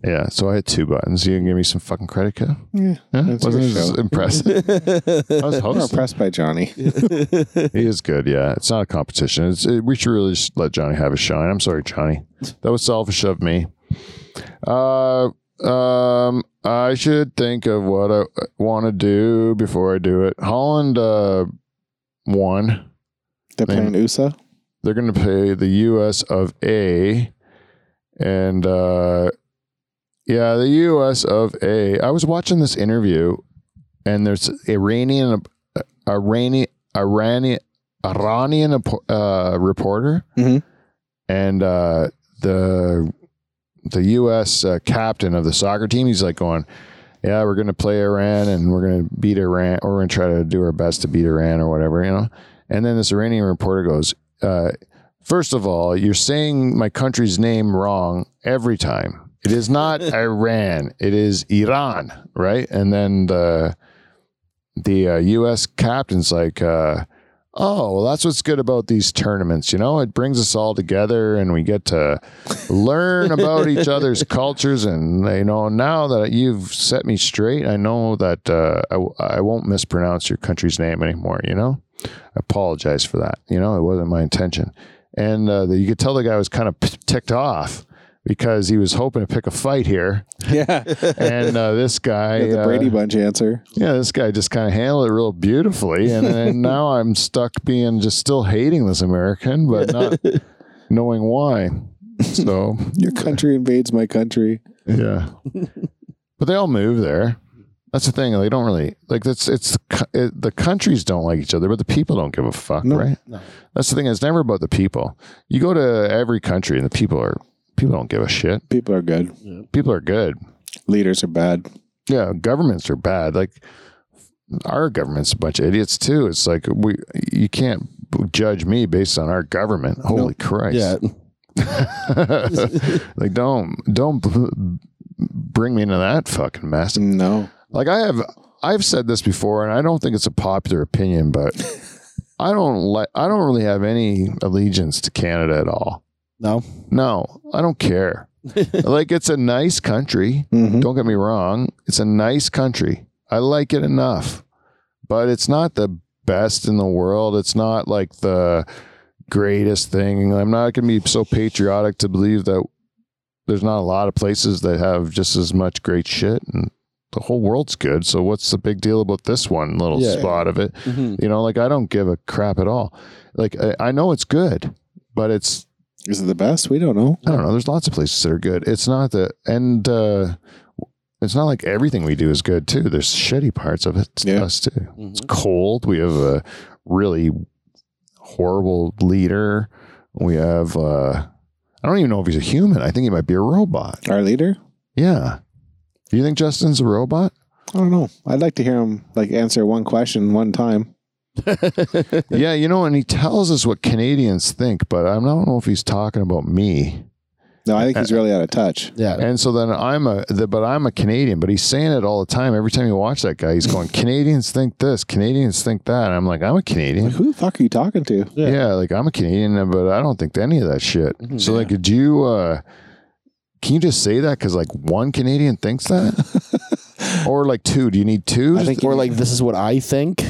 Yeah, so I hit two buttons. You can give me some fucking credit, kid. Yeah. Yeah, That's wasn't your as show. impressive. <laughs> I was I'm hosting. impressed by Johnny. <laughs> He is good. Yeah, it's not a competition. It's, it, we should really just let Johnny have a shine. I'm sorry, Johnny. That was selfish of me. Uh, um, I should think of what I want to do before I do it. Holland uh, won. They're playing USA. They're going to play the U.S. of A. And uh, yeah, the U.S. of A. I was watching this interview, and there's Iranian, uh, Iranian, Iranian, Iranian uh, reporter, Mhm. and uh, the the U.S. Uh, captain of the soccer team. He's like going. Yeah, we're going to play Iran and we're going to beat Iran or we're going to try to do our best to beat Iran or whatever, you know? And then this Iranian reporter goes, uh, First of all, you're saying my country's name wrong every time. It is not Iran. It is Iran, right? And then the the uh, U.S. captain's like, uh, "Oh, well, that's what's good about these tournaments. You know, it brings us all together, and we get to learn about <laughs> each other's cultures. And you know, now that you've set me straight, I know that uh, I w- I won't mispronounce your country's name anymore. You know." I apologize for that. You know, it wasn't my intention. And uh, the, you could tell the guy was kind of p- ticked off because he was hoping to pick a fight here. Yeah. <laughs> And uh, <laughs> this guy, the uh, Brady Bunch answer. yeah, this guy just kind of handled it real beautifully. And, and now I'm stuck being just still hating this American, but not knowing why. So, Your country invades my country. yeah. But they all move there. That's the thing. They don't really like that's it's co- it, the countries don't like each other, but the people don't give a fuck, No. right? No. That's the thing. It's never about the people. You go to every country and the people are people don't give a shit. People are good. People are good. Leaders are bad. yeah, governments are bad. Like our government's a bunch of idiots too. It's like we you can't judge me based on our government. Holy Christ! Yeah. <laughs> <laughs> like don't don't b- bring me into that fucking mess. No. Like I have I've said this before, and I don't think it's a popular opinion, <laughs> but I don't like I don't really have any allegiance to Canada at all. No. No, I don't <laughs> care. like it's a nice country. Mhm. Don't get me wrong. It's a nice country. I like it enough, but it's not the best in the world. It's not like the greatest thing. I'm not going to be so patriotic to believe that there's not a lot of places that have just as much great shit and the whole world's good. So what's the big deal about this one little Yeah. spot of it? Mhm. You know, like I don't give a crap at all. Like I, I know it's good, but it's Is it the best? We don't know. I don't know. There's lots of places that are good. It's not the and uh, it's not like everything we do is good too. There's shitty parts of it to Yeah. us too. mm-hmm. It's cold. We have a really horrible leader. We have uh, I don't even know if he's a human. I think he might be a robot. Our leader? Yeah. Do you think Justin's a robot? I don't know. I'd like to hear him like answer one question one time. yeah, you know, and he tells us what Canadians think, but I don't know if he's talking about me. No, I think he's really out of touch. Yeah. And so then I'm a, the, but I'm a Canadian, but he's saying it all the time. Every time you watch that guy, <laughs> he's going, Canadians think this, Canadians think that. And I'm like, I'm a Canadian. Who the fuck are you talking to? Yeah. like I'm a Canadian, but I don't think any of that shit. Mm-hmm. So like, do you, uh, can you just say that? Cause like one Canadian thinks <laughs> that or like two, do you need two? I think, or like, this is what I think.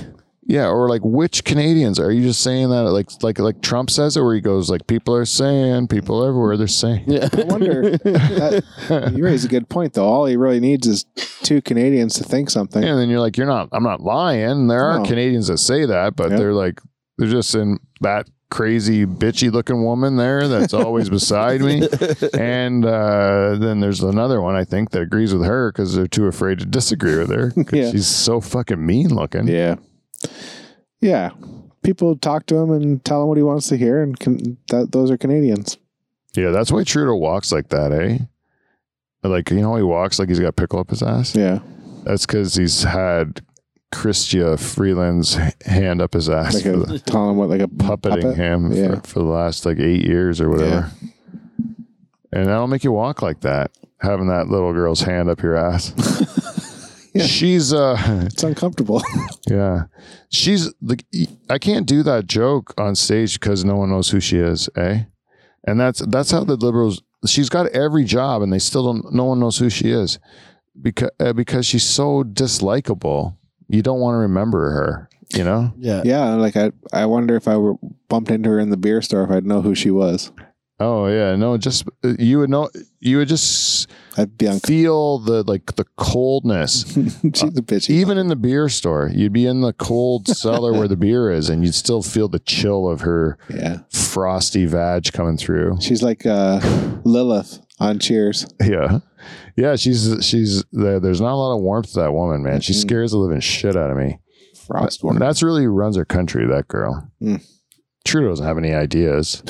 yeah. Or like which Canadians are you just saying that? Like, like, like Trump says it where he goes like, people are saying people everywhere. They're saying, Yeah. I wonder. <laughs> that, you raise a good point, though. All he really needs is two Canadians to think something. Yeah, and then you're like, you're not, I'm not lying. There are No. Canadians that say that, but Yeah. they're like, they're just in that crazy bitchy looking woman there that's always beside <laughs> me. And uh, then there's another one I think that agrees with her because they're too afraid to disagree with her. 'cause Yeah. She's so fucking mean looking. Yeah. Yeah. People talk to him and tell him what he wants to hear, and can, that, those are Canadians. Yeah, that's why Trudeau walks like that, eh? Like, you know, he walks like he's got pickle up his ass. Yeah. That's because he's had Christia Freeland's h- hand up his ass. Like for the- a, tell him what, like a puppeting puppet? him for, Yeah. for the last like eight years or whatever. And that'll make you walk like that, having that little girl's hand up your ass. <laughs> Yeah. She's uh <laughs> It's uncomfortable. yeah. She's like I can't do that joke on stage because no one knows who she is, eh? And that's that's how the liberals she's got every job and they still don't no one knows who she is. Because uh, because she's so dislikable. You don't want to remember her, you know? <laughs> Yeah. yeah. Like, I, I wonder if I were bumped into her in the beer store if I'd know who she was. Oh yeah, no, just uh, you would know you would just I'd be uncomfortable. feel the like the <laughs> coldness She's a bitch. even in the beer store you'd be in the <laughs> cold cellar where the beer is and you'd still feel the chill of her Yeah. frosty vag coming through She's like uh, Lilith on Cheers. yeah yeah she's she's there, there's not a lot of warmth to that woman man she Mhm. scares the living shit out of me Frost one. that's really who runs her country that girl Mm. trudeau doesn't have any <laughs> ideas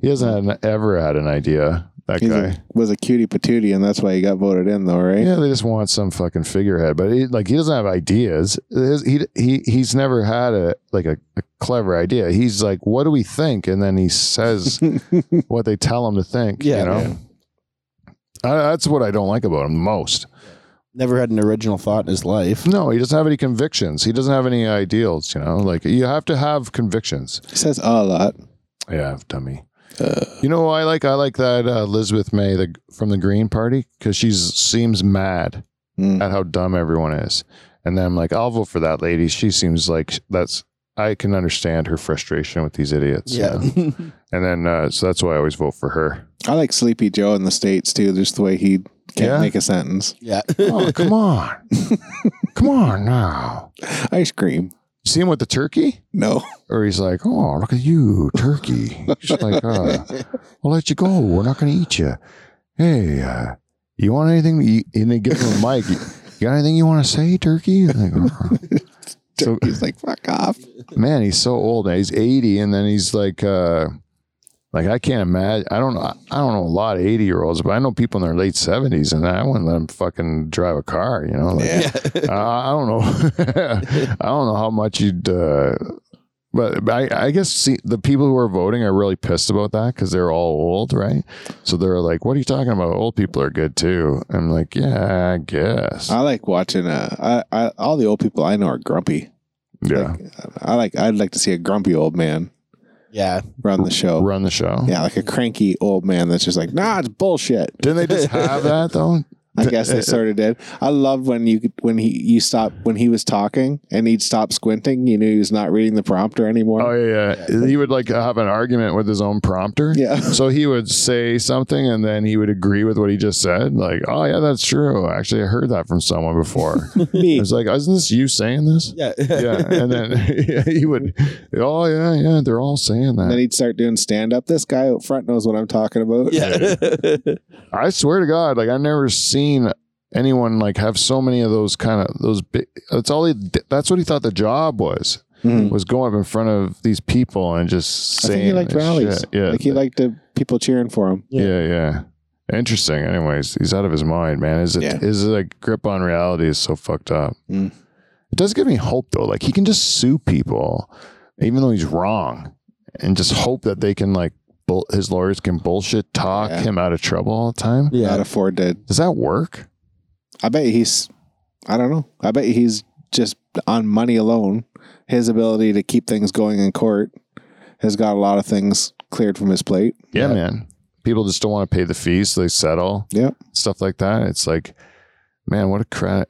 he hasn't had, ever had an idea that He guy was a cutie patootie, and that's why he got voted in, though, right? Yeah, they just want some fucking figurehead, but he, like he doesn't have ideas. His- He he he's never had a like a, a clever idea. He's like, "What do we think?" And then he says what they tell him to think. Yeah. you know, I, that's what I don't like about him most. Never had an original thought in his life. No, he doesn't have any convictions. He doesn't have any ideals. You know, like you have to have convictions. He says a lot. Yeah, dummy. you know, who I like I like that uh, Elizabeth May the, from the Green Party because she seems mad. Mm. at how dumb everyone is. And then I'm like, I'll vote for that lady. She seems like that's I can understand her frustration with these idiots. you Yeah. know? and then uh, so that's why I always vote for her. I like Sleepy Joe in the States too, just the way he can't Yeah? make a sentence. Yeah. <laughs> Oh, come on, come on now. Ice cream. You see him with the turkey, No. <laughs> or he's like, "Oh, look at you, turkey." She's like, uh, "I'll let you go. We're not going to eat you." Hey, uh, you want anything? To eat? And they give him a mic. You got anything you want to say, turkey? Like, <laughs> "Uh-uh." So- He's like, fuck off. man, he's so old now. He's 80 and then he's like uh like I can't imagine. I don't know. I don't know a lot of 80 year olds, but I know people in their late 70s and I wouldn't let them fucking drive a car, you know? Like, Yeah. I, I don't know. <laughs> I don't know how much you'd uh but but I, I guess see, the people who are voting are really pissed about that because they're all old, right? So they're like, "What are you talking about? Old people are good too." I'm like, "Yeah, I guess." I like watching uh I, I all the old people I know are grumpy. yeah, I like I'd like to see a grumpy old man Yeah. run the show. run the show. uh, Yeah, like a cranky old man that's just like, nah, it's bullshit. Didn't they just have that though? I guess they sort of did. I loved when you could- when he you stopped when he was talking and he'd stop squinting. You knew he was not reading the prompter anymore. Oh yeah, yeah. He would like have an argument with his own prompter. Yeah. <laughs> So he would say something and then he would agree with what he just said. Like, oh yeah, that's true. Actually, I heard that from someone <laughs> before. Me. it's like, isn't this you saying this? Yeah. <laughs> Yeah. And then <laughs> yeah, he would, oh yeah, yeah, they're all saying And then that. he'd start doing stand up. This guy out front knows what I'm talking about. Yeah. I swear to God, like I've never seen anyone like have so many of those kind of those big. That's all he. did- That's what he thought the job was. Mhm. Was going up in front of these people and just I saying think he liked this rallies. shit. Yeah, Like he liked the people cheering for him. Yeah, yeah. Interesting. Anyways, he's out of his mind, man. Is it is Yeah. like grip on reality is so fucked up. Mm. It does give me hope though. Like he can just sue people, even though he's wrong, and just hope that they can like bull- his lawyers can bullshit talk Yeah. him out of trouble all the time. Not Yeah. afford to. Does that work? I bet he's. I don't know. I bet he's just on money alone. His ability to keep things going in court has got a lot of things cleared from his plate. Yeah, Yeah. man. People just don't want to pay the fees, so they settle. Yep. Stuff like that. It's like, man, what a cra-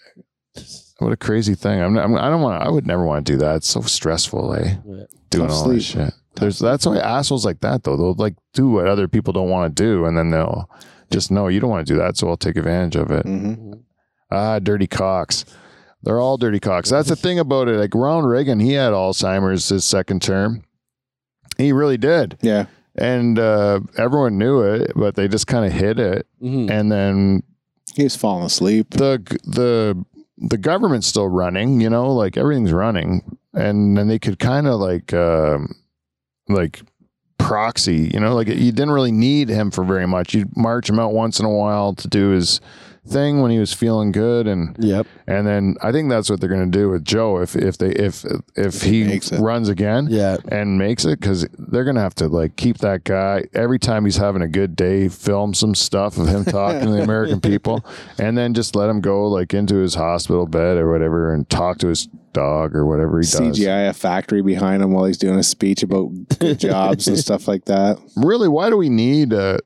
what a crazy thing. I'm, I'm I don't want. I would never want to do that. It's so stressful, eh? Yeah. Doing Tough all sleep. this shit. There's that's why assholes like that though. They'll like do what other people don't want to do, and then they'll just know you don't want to do that, so I'll take advantage of it. Mm-hmm. Ah, dirty cocks. They're all dirty cocks. That's the thing about it. Like Ronald Reagan, he had Alzheimer's his second term. He really did Yeah. and uh, everyone knew it, but they just kind of hid it. Mhm. And then He was falling asleep. the the the government's still running, you know, like everything's running, and then they could kind of like um, like proxy, you know, like you didn't really need him for very much. You'd march him out once in a while to do his thing when he was feeling good and Yep. and then I think that's what they're going to do with Joe if if they if if, he he makes it. runs again Yeah. and makes it because they're gonna have to like keep that guy every time he's having a good day film some stuff of him talking to the american people and then just let him go like into his hospital bed or whatever and talk to his dog or whatever he does CGI a factory behind him while he's doing a speech about good <laughs> jobs and stuff <laughs> like that. really why do we need uh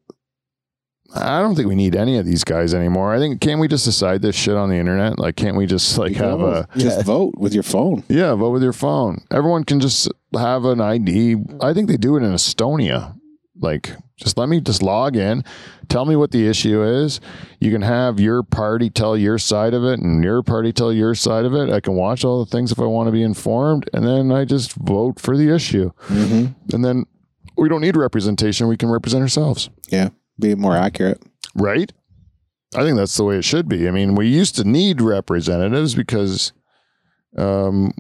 I don't think we need any of these guys anymore. I think can't we just decide this shit on the internet? Like, can't we just like have a just Yeah. vote with your phone. yeah, vote with your phone? Everyone can just have an ID. I think they do it in Estonia. Like, just let me just log in. Tell me what the issue is. You can have your party tell your side of it and your party tell your side of it. I can watch all the things if I want to be informed. And then I just vote for the issue. Mm-hmm. And then we don't need representation. We can represent ourselves. Yeah, be more accurate. Right? I think that's the way it should be. I mean, we used to need representatives because, um,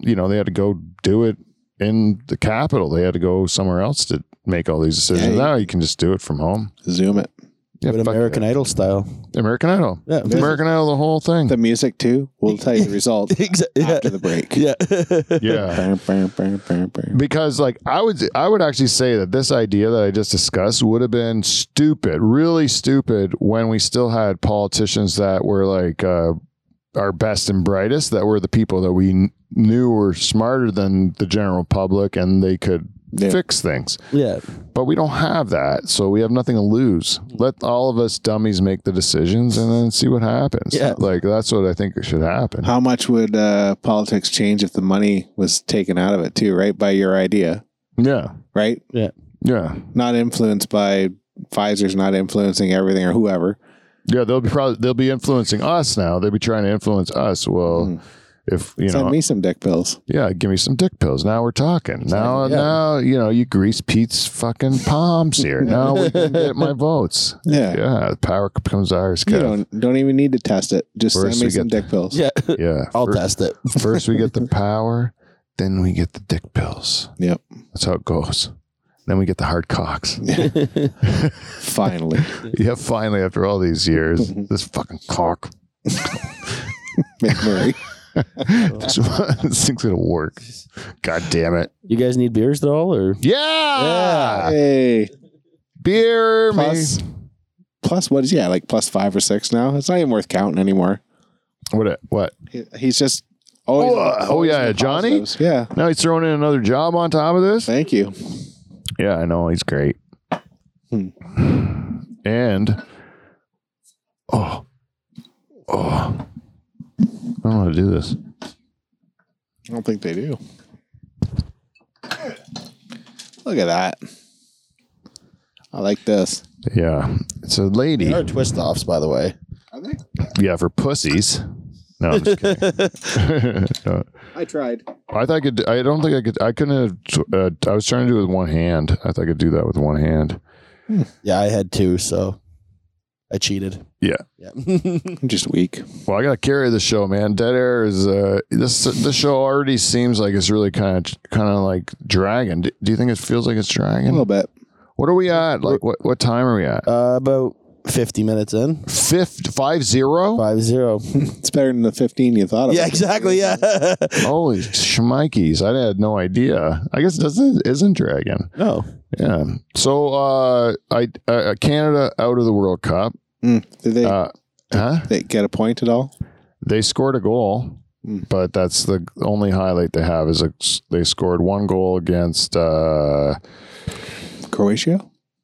you know, they had to go do it in the capital. They had to go somewhere else to make all these decisions. Yeah, now you can just do it from home. Zoom it. Yeah, <laughs> But fuck American Idol style. it. American Idol. Yeah. American Idol, the whole thing. The music too. We'll tell you the result Exactly. <laughs> Yeah. after the break. Yeah. yeah. Bam, bam, bam, bam, bam. because like i would i would actually say that this idea that i just discussed would have been stupid really stupid when we still had politicians that were like uh our best and brightest that were the people that we kn- knew were smarter than the general public and they could Yeah. fix things. <laughs> Yeah. But we don't have that, so we have nothing to lose. Let all of us dummies make the decisions and then see what happens. Yeah. Like that's what I think should happen. How much would uh, politics change if the money was taken out of it too? Right by your idea, yeah. right? Yeah. Not influenced by Pfizer's not influencing everything or whoever. Yeah, they'll be probably they'll be influencing us now. They'll be trying to influence us. Well, Mm. if you Send know, me some dick pills. yeah, give me some dick pills. Now we're talking. Now, Yeah. now you know you grease Pete's fucking palms here. now we can get <laughs> my votes. Yeah. Yeah, the power becomes ours. You Kev. don't don't even need to test it. Just First send me we some get- dick pills. Yeah. <laughs> Yeah, I'll fir- test it. first we get the power, then we get the dick pills. Yep. That's how it goes. Then we get the hard <laughs> cocks. <laughs> Finally, yeah, finally, after all these <laughs> years, this fucking cock <laughs> McMurray. this thing's gonna work. God damn it. You guys need beers at all, or Yeah. hey, Beer me. plus plus what is yeah like plus five or six now? It's not even worth counting anymore. What a- what? He- He's just always, Oh, uh, oh, always yeah, in the Johnny? positives. Yeah, Now he's throwing in another job on top of this? thank you. Yeah, I know. He's great. Hmm. And oh. Oh. I don't know how to do this. I don't think they do. Look at that. I like this. Yeah. It's a lady. there are twist offs, by the way. Yeah, for pussies. No, I'm just <laughs> kidding. <laughs> No. I tried. I thought I could. I don't think I could. I couldn't. Have, uh, I was trying to do it with one hand. I thought I could do that with one hand. Yeah, I had two, so I cheated. Yeah. Yeah. <laughs> I'm just weak. Well, I gotta carry the show, man. Dead air is uh, this. The show already seems like it's really kind of kind of like dragging. Do, do you think it feels like it's A dragging? little bit. what are we at? Like what what time are we at? uh, about 50 minutes in. Fifth five zero. Five zero. It's better than the 15 you thought of. <laughs> yeah, exactly. Yeah. Holy shmikeys! I had no idea. I guess it doesn't isn't dragging. <laughs> no. Yeah. So uh, I uh, Canada out of the World Cup. Mm. Did they, Uh, huh? they get a point at all? they scored a goal, Mm. but that's the only highlight they have is a, they scored one goal against uh Croatia?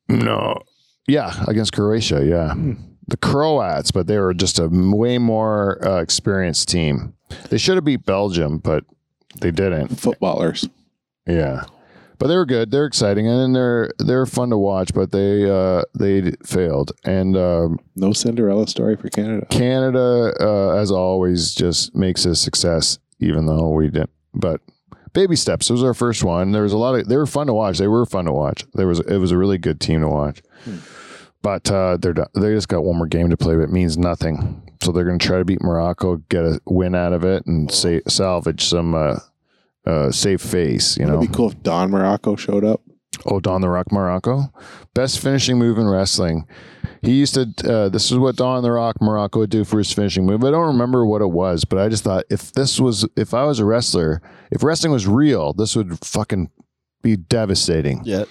no yeah against Croatia yeah the Croats but they were just a way more uh, experienced team they should have beat Belgium but they didn't Footballers. yeah but they were good they're exciting and then they're they're fun to watch but they uh they failed and um No Cinderella story for Canada. Canada, uh, as always, just makes a success, even though we didn't. But baby steps. It was our first one. There was a lot of. They were fun to watch. They were fun to watch. There was. It was a really good team to watch. But uh, they're do- they just got one more game to play, but it means nothing. So they're going to try to beat Morocco, get a win out of it, and sa- salvage some uh, uh, safe face. You It'd know, be cool if Don Morocco showed up. Oh, Don the Rock Morocco, best finishing move in wrestling. He used to. Uh, this is what Don the Rock Morocco would do for his finishing move. I don't remember what it was, but I just thought if this was, if I was a wrestler, if wrestling was real, this would fucking be devastating. Yeah.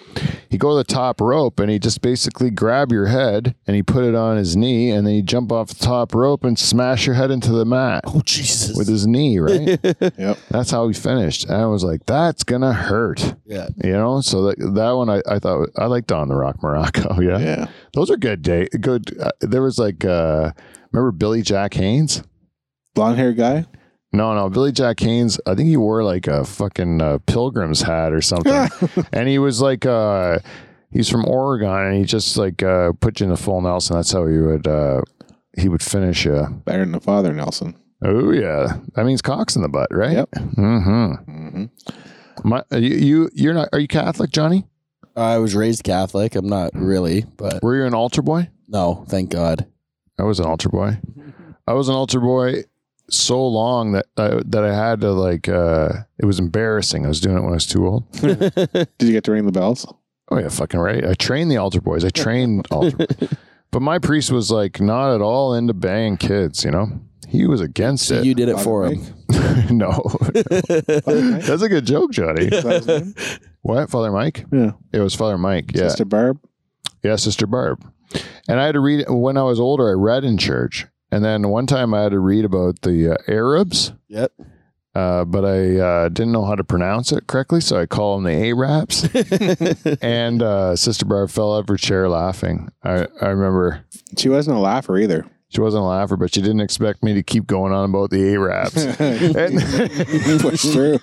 He go to the top rope and he just basically grab your head and he put it on his knee and then he jump off the top rope and smash your head into the mat Oh Jesus. <laughs> with his knee. Right. Yep. That's how he finished. And I was like, that's gonna hurt. yeah. You know, so that that one I, I thought I liked Don the Rock Morocco. <laughs> Yeah, Yeah. those are good day. Good. Uh, there was like, uh remember Billy Jack Haynes? Blonde haired guy? No, no, Billy Jack Haynes. I think he wore like a fucking uh, pilgrim's hat or something, and he was like, uh he's from Oregon, and he just like uh put you in the full Nelson. That's how he would uh he would finish you. Better than the father, Nelson. Oh yeah, that means cocks in the butt, right? Yep. hmm Mm-hmm. My, you, you you're not? Are you Catholic, Johnny? I was raised Catholic. I'm not really, but Were you an altar boy? no, thank <laughs> God. I was an altar boy. I was an altar boy so long that uh, that I had to like uh it was embarrassing. I was doing it when I was too old. Did you get to ring the bells? Oh yeah, fucking right. I trained the altar boys. I <laughs> trained altar boys. But my priest was like not at all into banging kids, you know? He was against So it. you did it for him. <laughs> no. <laughs> Mike? That's a good joke, Johnny. Is that his name? What? Father Mike? Yeah. It was Father Mike. Yeah. Sister Barb? Yeah, Sister Barb. And I had to read when I was <laughs> older. I read in church, and then one time I had to read about the uh, Arabs. <laughs> Yep. uh, but I uh, didn't know how to pronounce it correctly, so I call them the A-raps. and uh, Sister Barb fell out of her chair laughing. I, I remember She wasn't a laugher either. <laughs> she wasn't a laugher, but she didn't expect me to keep going on about the A-raps. <laughs> and <laughs> Push through.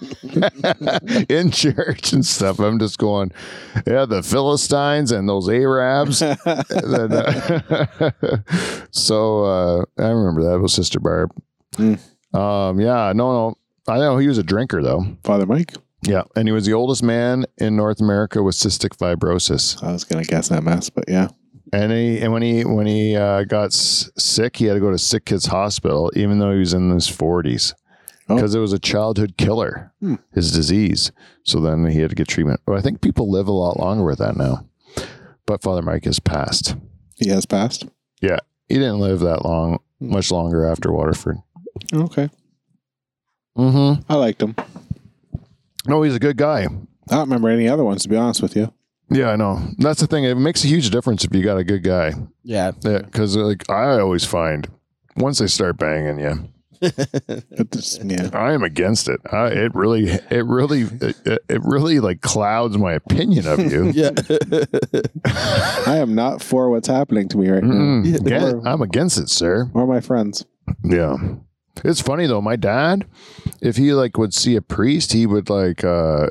<laughs> in church and stuff. I'm just going, yeah, the Philistines and those <laughs> Arabs. And then, uh, <laughs> so uh, I remember that It was Sister Barb. Mm. Um, yeah, no, no. I know he was a drinker though. Father Mike. Yeah. And he was the oldest man in North America with cystic fibrosis. I was gonna guess that mess, but yeah. And he, and when he, when he uh, got s- sick, he had to go to sick kids hospital, even though he was in his forties Oh. because it was a childhood killer, Hmm. his disease. So then he had to get treatment. But I think people live a lot longer with that now. But Father Mike has passed. He has passed. He didn't live that long, Hmm. much longer after Waterford. Okay. Mm-hmm. I liked him. No, he's a good guy. I don't remember any other ones to be honest with you. Yeah, I know. That's the thing. It makes a huge difference if you got a good guy. Yeah. Because like I always find, once they start banging you, But this- yeah. I am against it. I, it really, it really, it, it really like clouds my opinion of you. <laughs> <laughs> Yeah. I am not for what's happening to me right now. Mm-mm. Yeah. Again, I'm against it, sir. Or my friends. Yeah. It's funny though, my dad, if he like would see a priest, he would like uh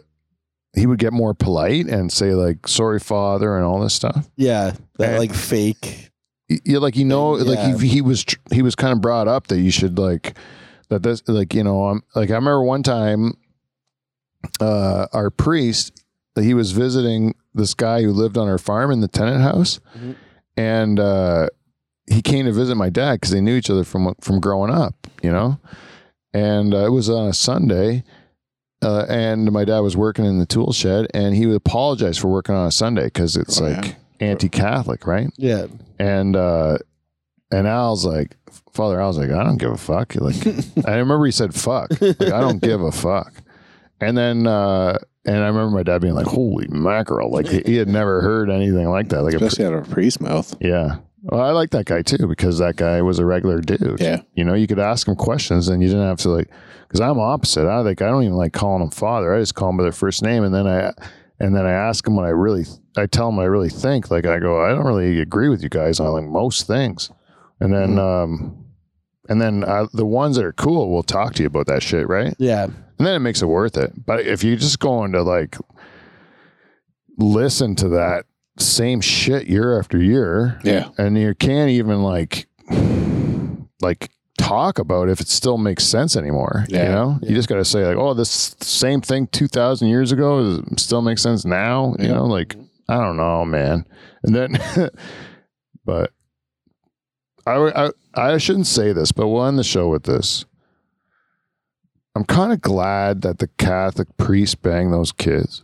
he would get more polite and say like sorry father and all this stuff. yeah. Eh. That like fake. Y- Yeah, like you know, like Yeah. he, he was tr- he was kind of brought up that you should like that this like you know, I'm like I remember one time uh our priest he was visiting this guy who lived on our farm in the tenant house Mm-hmm. Mhm. and uh he came to visit my dad because they knew each other from from growing up, you know. And uh, it was on a Sunday, uh, and my dad was working in the tool shed, and he would apologize for working on a Sunday because it's Oh, yeah. like anti-Catholic, right? Yeah. And uh, and Al's like, Father Al's like, I don't give a fuck. Like, I remember he said fuck. Like, I don't give a fuck. And then uh, and I remember my dad being like, Holy mackerel! Like he, he had never heard anything like that. Like a Especially out of a priest's mouth. yeah. Well, I like that guy too because that guy was a regular dude. Yeah. You know, you could ask him questions and you didn't have to like, because I'm opposite. I like, I don't even like calling them father. I just call them by their first name. And then I, and then I ask them what I really, I tell them what I really think. Like, I go, I don't really agree with you guys on like most things. And then, um, and then uh, the ones that are cool will talk to you about that shit, right? Yeah. and then it makes it worth it. But if you're just going to like listen to that same shit year after year, Yeah. and you can't even like <sighs> like talk about if it still makes sense anymore. You Yeah. know, you just got to say like, oh, this same thing two thousand years ago is, still makes sense now. You Yeah. know, like I don't know, man. And then, <laughs> but I, would- I I shouldn't say this, but we'll end the show with this. I'm kind of glad that the Catholic priest banged those kids.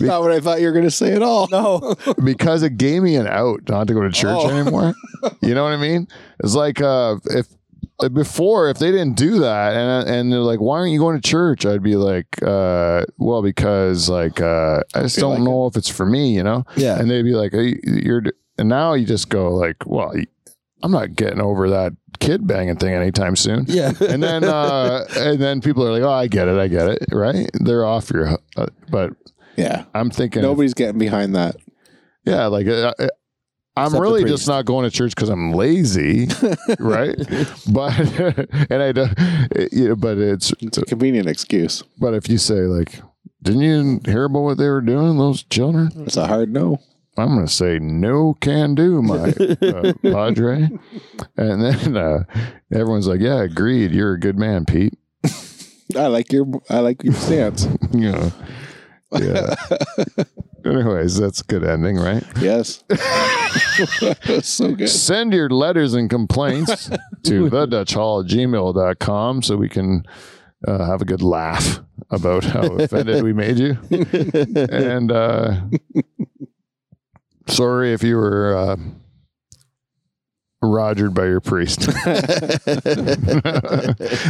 Not what I thought you were gonna say at all. No. because it gave me an out not to go to church Oh. <laughs> anymore. You know what I mean? It's like uh, if uh, before if they didn't do that and uh, and they're like, why aren't you going to church? I'd be like, uh, well, because like uh, I just Feel don't like know if it's for me, you know. <laughs> Yeah. And they'd be like, hey, you're and now you just go like, well, I'm not getting over that kid banging thing anytime soon. <laughs> Yeah. And then, <laughs> uh, and then people are like, "Oh, I get it, I get it." Right? They're off your, uh, but Yeah. I'm thinking if Nobody's getting behind that. yeah, like uh, uh, I'm Except the really just priest. not going to church because I'm <laughs> lazy, right? But <laughs> and I don't, it- you know, but it's It's a convenient excuse. but if you say like, didn't you hear about what they were doing, those children? It's a hard no. I'm gonna say no can do, my <laughs> uh, padre. And then uh, everyone's like, yeah, agreed. You're a good man, Pete. <laughs> I like your I like your stance. You know, <laughs> yeah. Anyways, that's a good ending, right? <laughs> yes. That's so good. send your letters and complaints to the dutch hall at gmail.com so we can uh, have a good laugh about how offended we made you and uh, sorry if you were uh, rogered by your <laughs> priest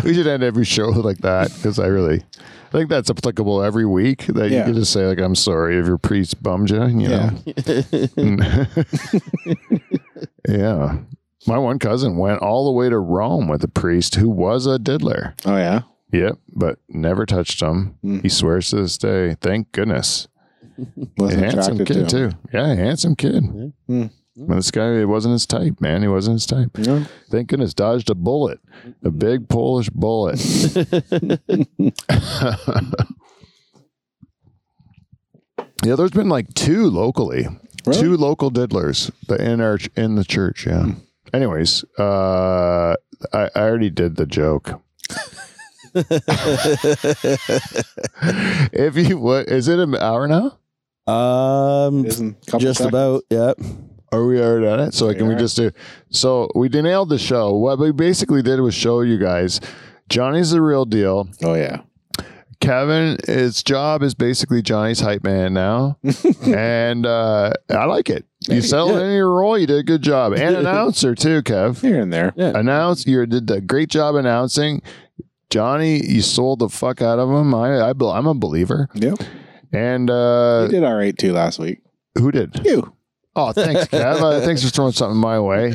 we should end every show like that because i really i think that's applicable every week that you Yeah. can just say like i'm sorry if your priest bummed you you know <laughs> yeah. my one cousin went all the way to Rome with a priest who was a diddler. Oh yeah. Yep, but never touched him. Mm. He swears to this day. Thank goodness. Wasn't handsome attracted kid to him. too. Yeah, handsome kid. Mm. But this guy, it wasn't his type, man. He wasn't his type. No. Thank goodness, dodged a bullet, a Mm-hmm. big Polish <laughs> bullet. yeah, there's been like two locally, Really? Hmm. two local diddlers that in our in the church. Yeah. Anyways, uh, I, I already did the <laughs> joke. if you what is it an hour now? <laughs> Um, Isn't couple just seconds. about. Yep. Are we already on it? So We can we are. just do? So we nailed the show. What we basically did was show you guys Johnny's the real deal. Oh yeah. Kevin, his job is basically Johnny's hype man <laughs> now, and uh, I like it. You settled in your role. You did a good job, and announcer too, Kev. Here and there. Announce you did a great job announcing. Johnny, you sold the fuck out of him. I, I bel- I'm a believer. Yep. And you uh, did all right too last week. who did? You. Oh, thanks, Kev. Uh, thanks for throwing something my <laughs> way.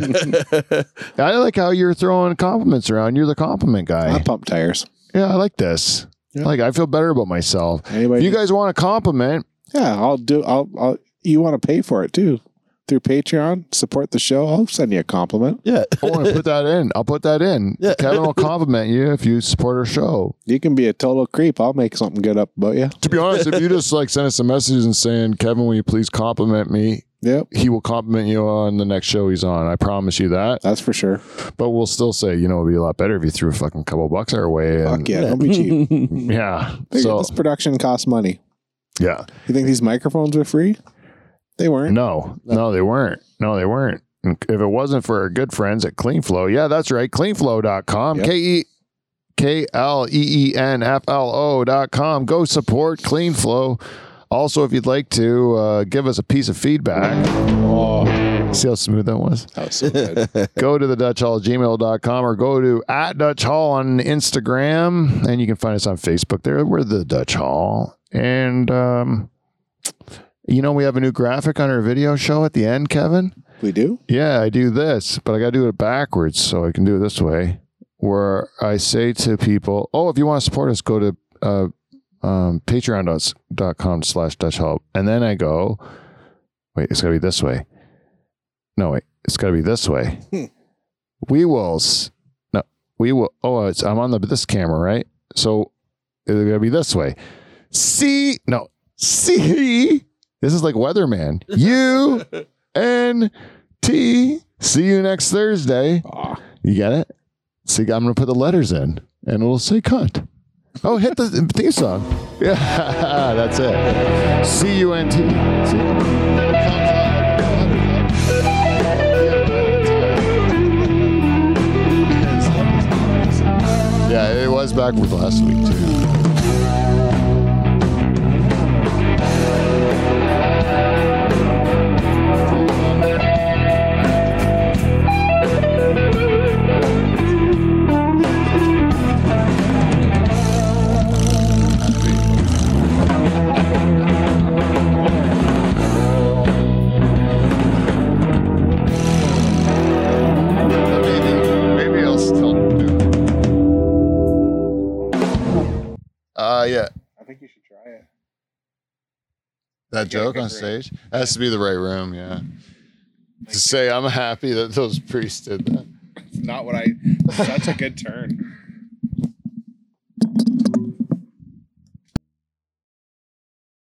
I like how you're throwing compliments around. You're the compliment I guy. pump tires. Yeah, I like this. Yeah. Like I feel better about myself. If Anybody? you guys want a compliment, yeah, I'll do. I'll. I'll you want to pay for it too through Patreon? Support the show. I'll send you a compliment. <laughs> Yeah. I want to put that in. I'll put that in. Yeah. Kevin will compliment you if you support our show. You can be a total creep. I'll make something good up about you. To be honest, <laughs> if you just like send us a message and saying, Kevin, will you please compliment me? Yep, He will compliment you on the next show he's on. I promise you that. that's for sure. But we'll still say, you know, it'd be a lot better if you threw a fucking couple bucks our way. And, Fuck yeah, don't be <laughs> cheap. <laughs> Yeah. Figure So this production costs money. yeah. You think these microphones were free? They weren't. No, no, they weren't. No, they weren't. And If it wasn't for our good friends at CleanFlow, yeah, that's right. CleanFlow.com. Yep. K E K L E E N F L O dot com. Go support CleanFlow. Also, if you'd like to uh, give us a piece of feedback, Oh, see how smooth that was? that was Oh, so good. <laughs> Go to the Dutch Hall at gmail.com or go to at Dutch Hall on Instagram. And you can find us on Facebook there. We're the Dutch Hall. And, um, you know, we have a new graphic on our video show at the end, Kevin. we do. Yeah, I do this, but I got to do it backwards so I can do it this way. Where I say to people, oh, if you want to support us, go to uh, um, patreon.com slash Dutch Help. And then I go, wait, it's got to be this way. No, wait, it's got to be this way. we will, s- no, we will, oh, it's, I'm on the this camera, right? So it's going to be this way. See, no, see, this is like Weatherman. You and. T. See you next Thursday. Aw. You get it? See, I'm going to put the letters in and it'll say cunt. Oh, hit the theme song. <laughs> Yeah, that's it. C U N T. See? Yeah, it was backwards last week, too. Maybe, maybe I'll still do. Uh, yeah, I think you should try it. that joke on stage has to be the right room. Yeah, to say I'm happy that those priests did that. It's not what I. Such a good turn.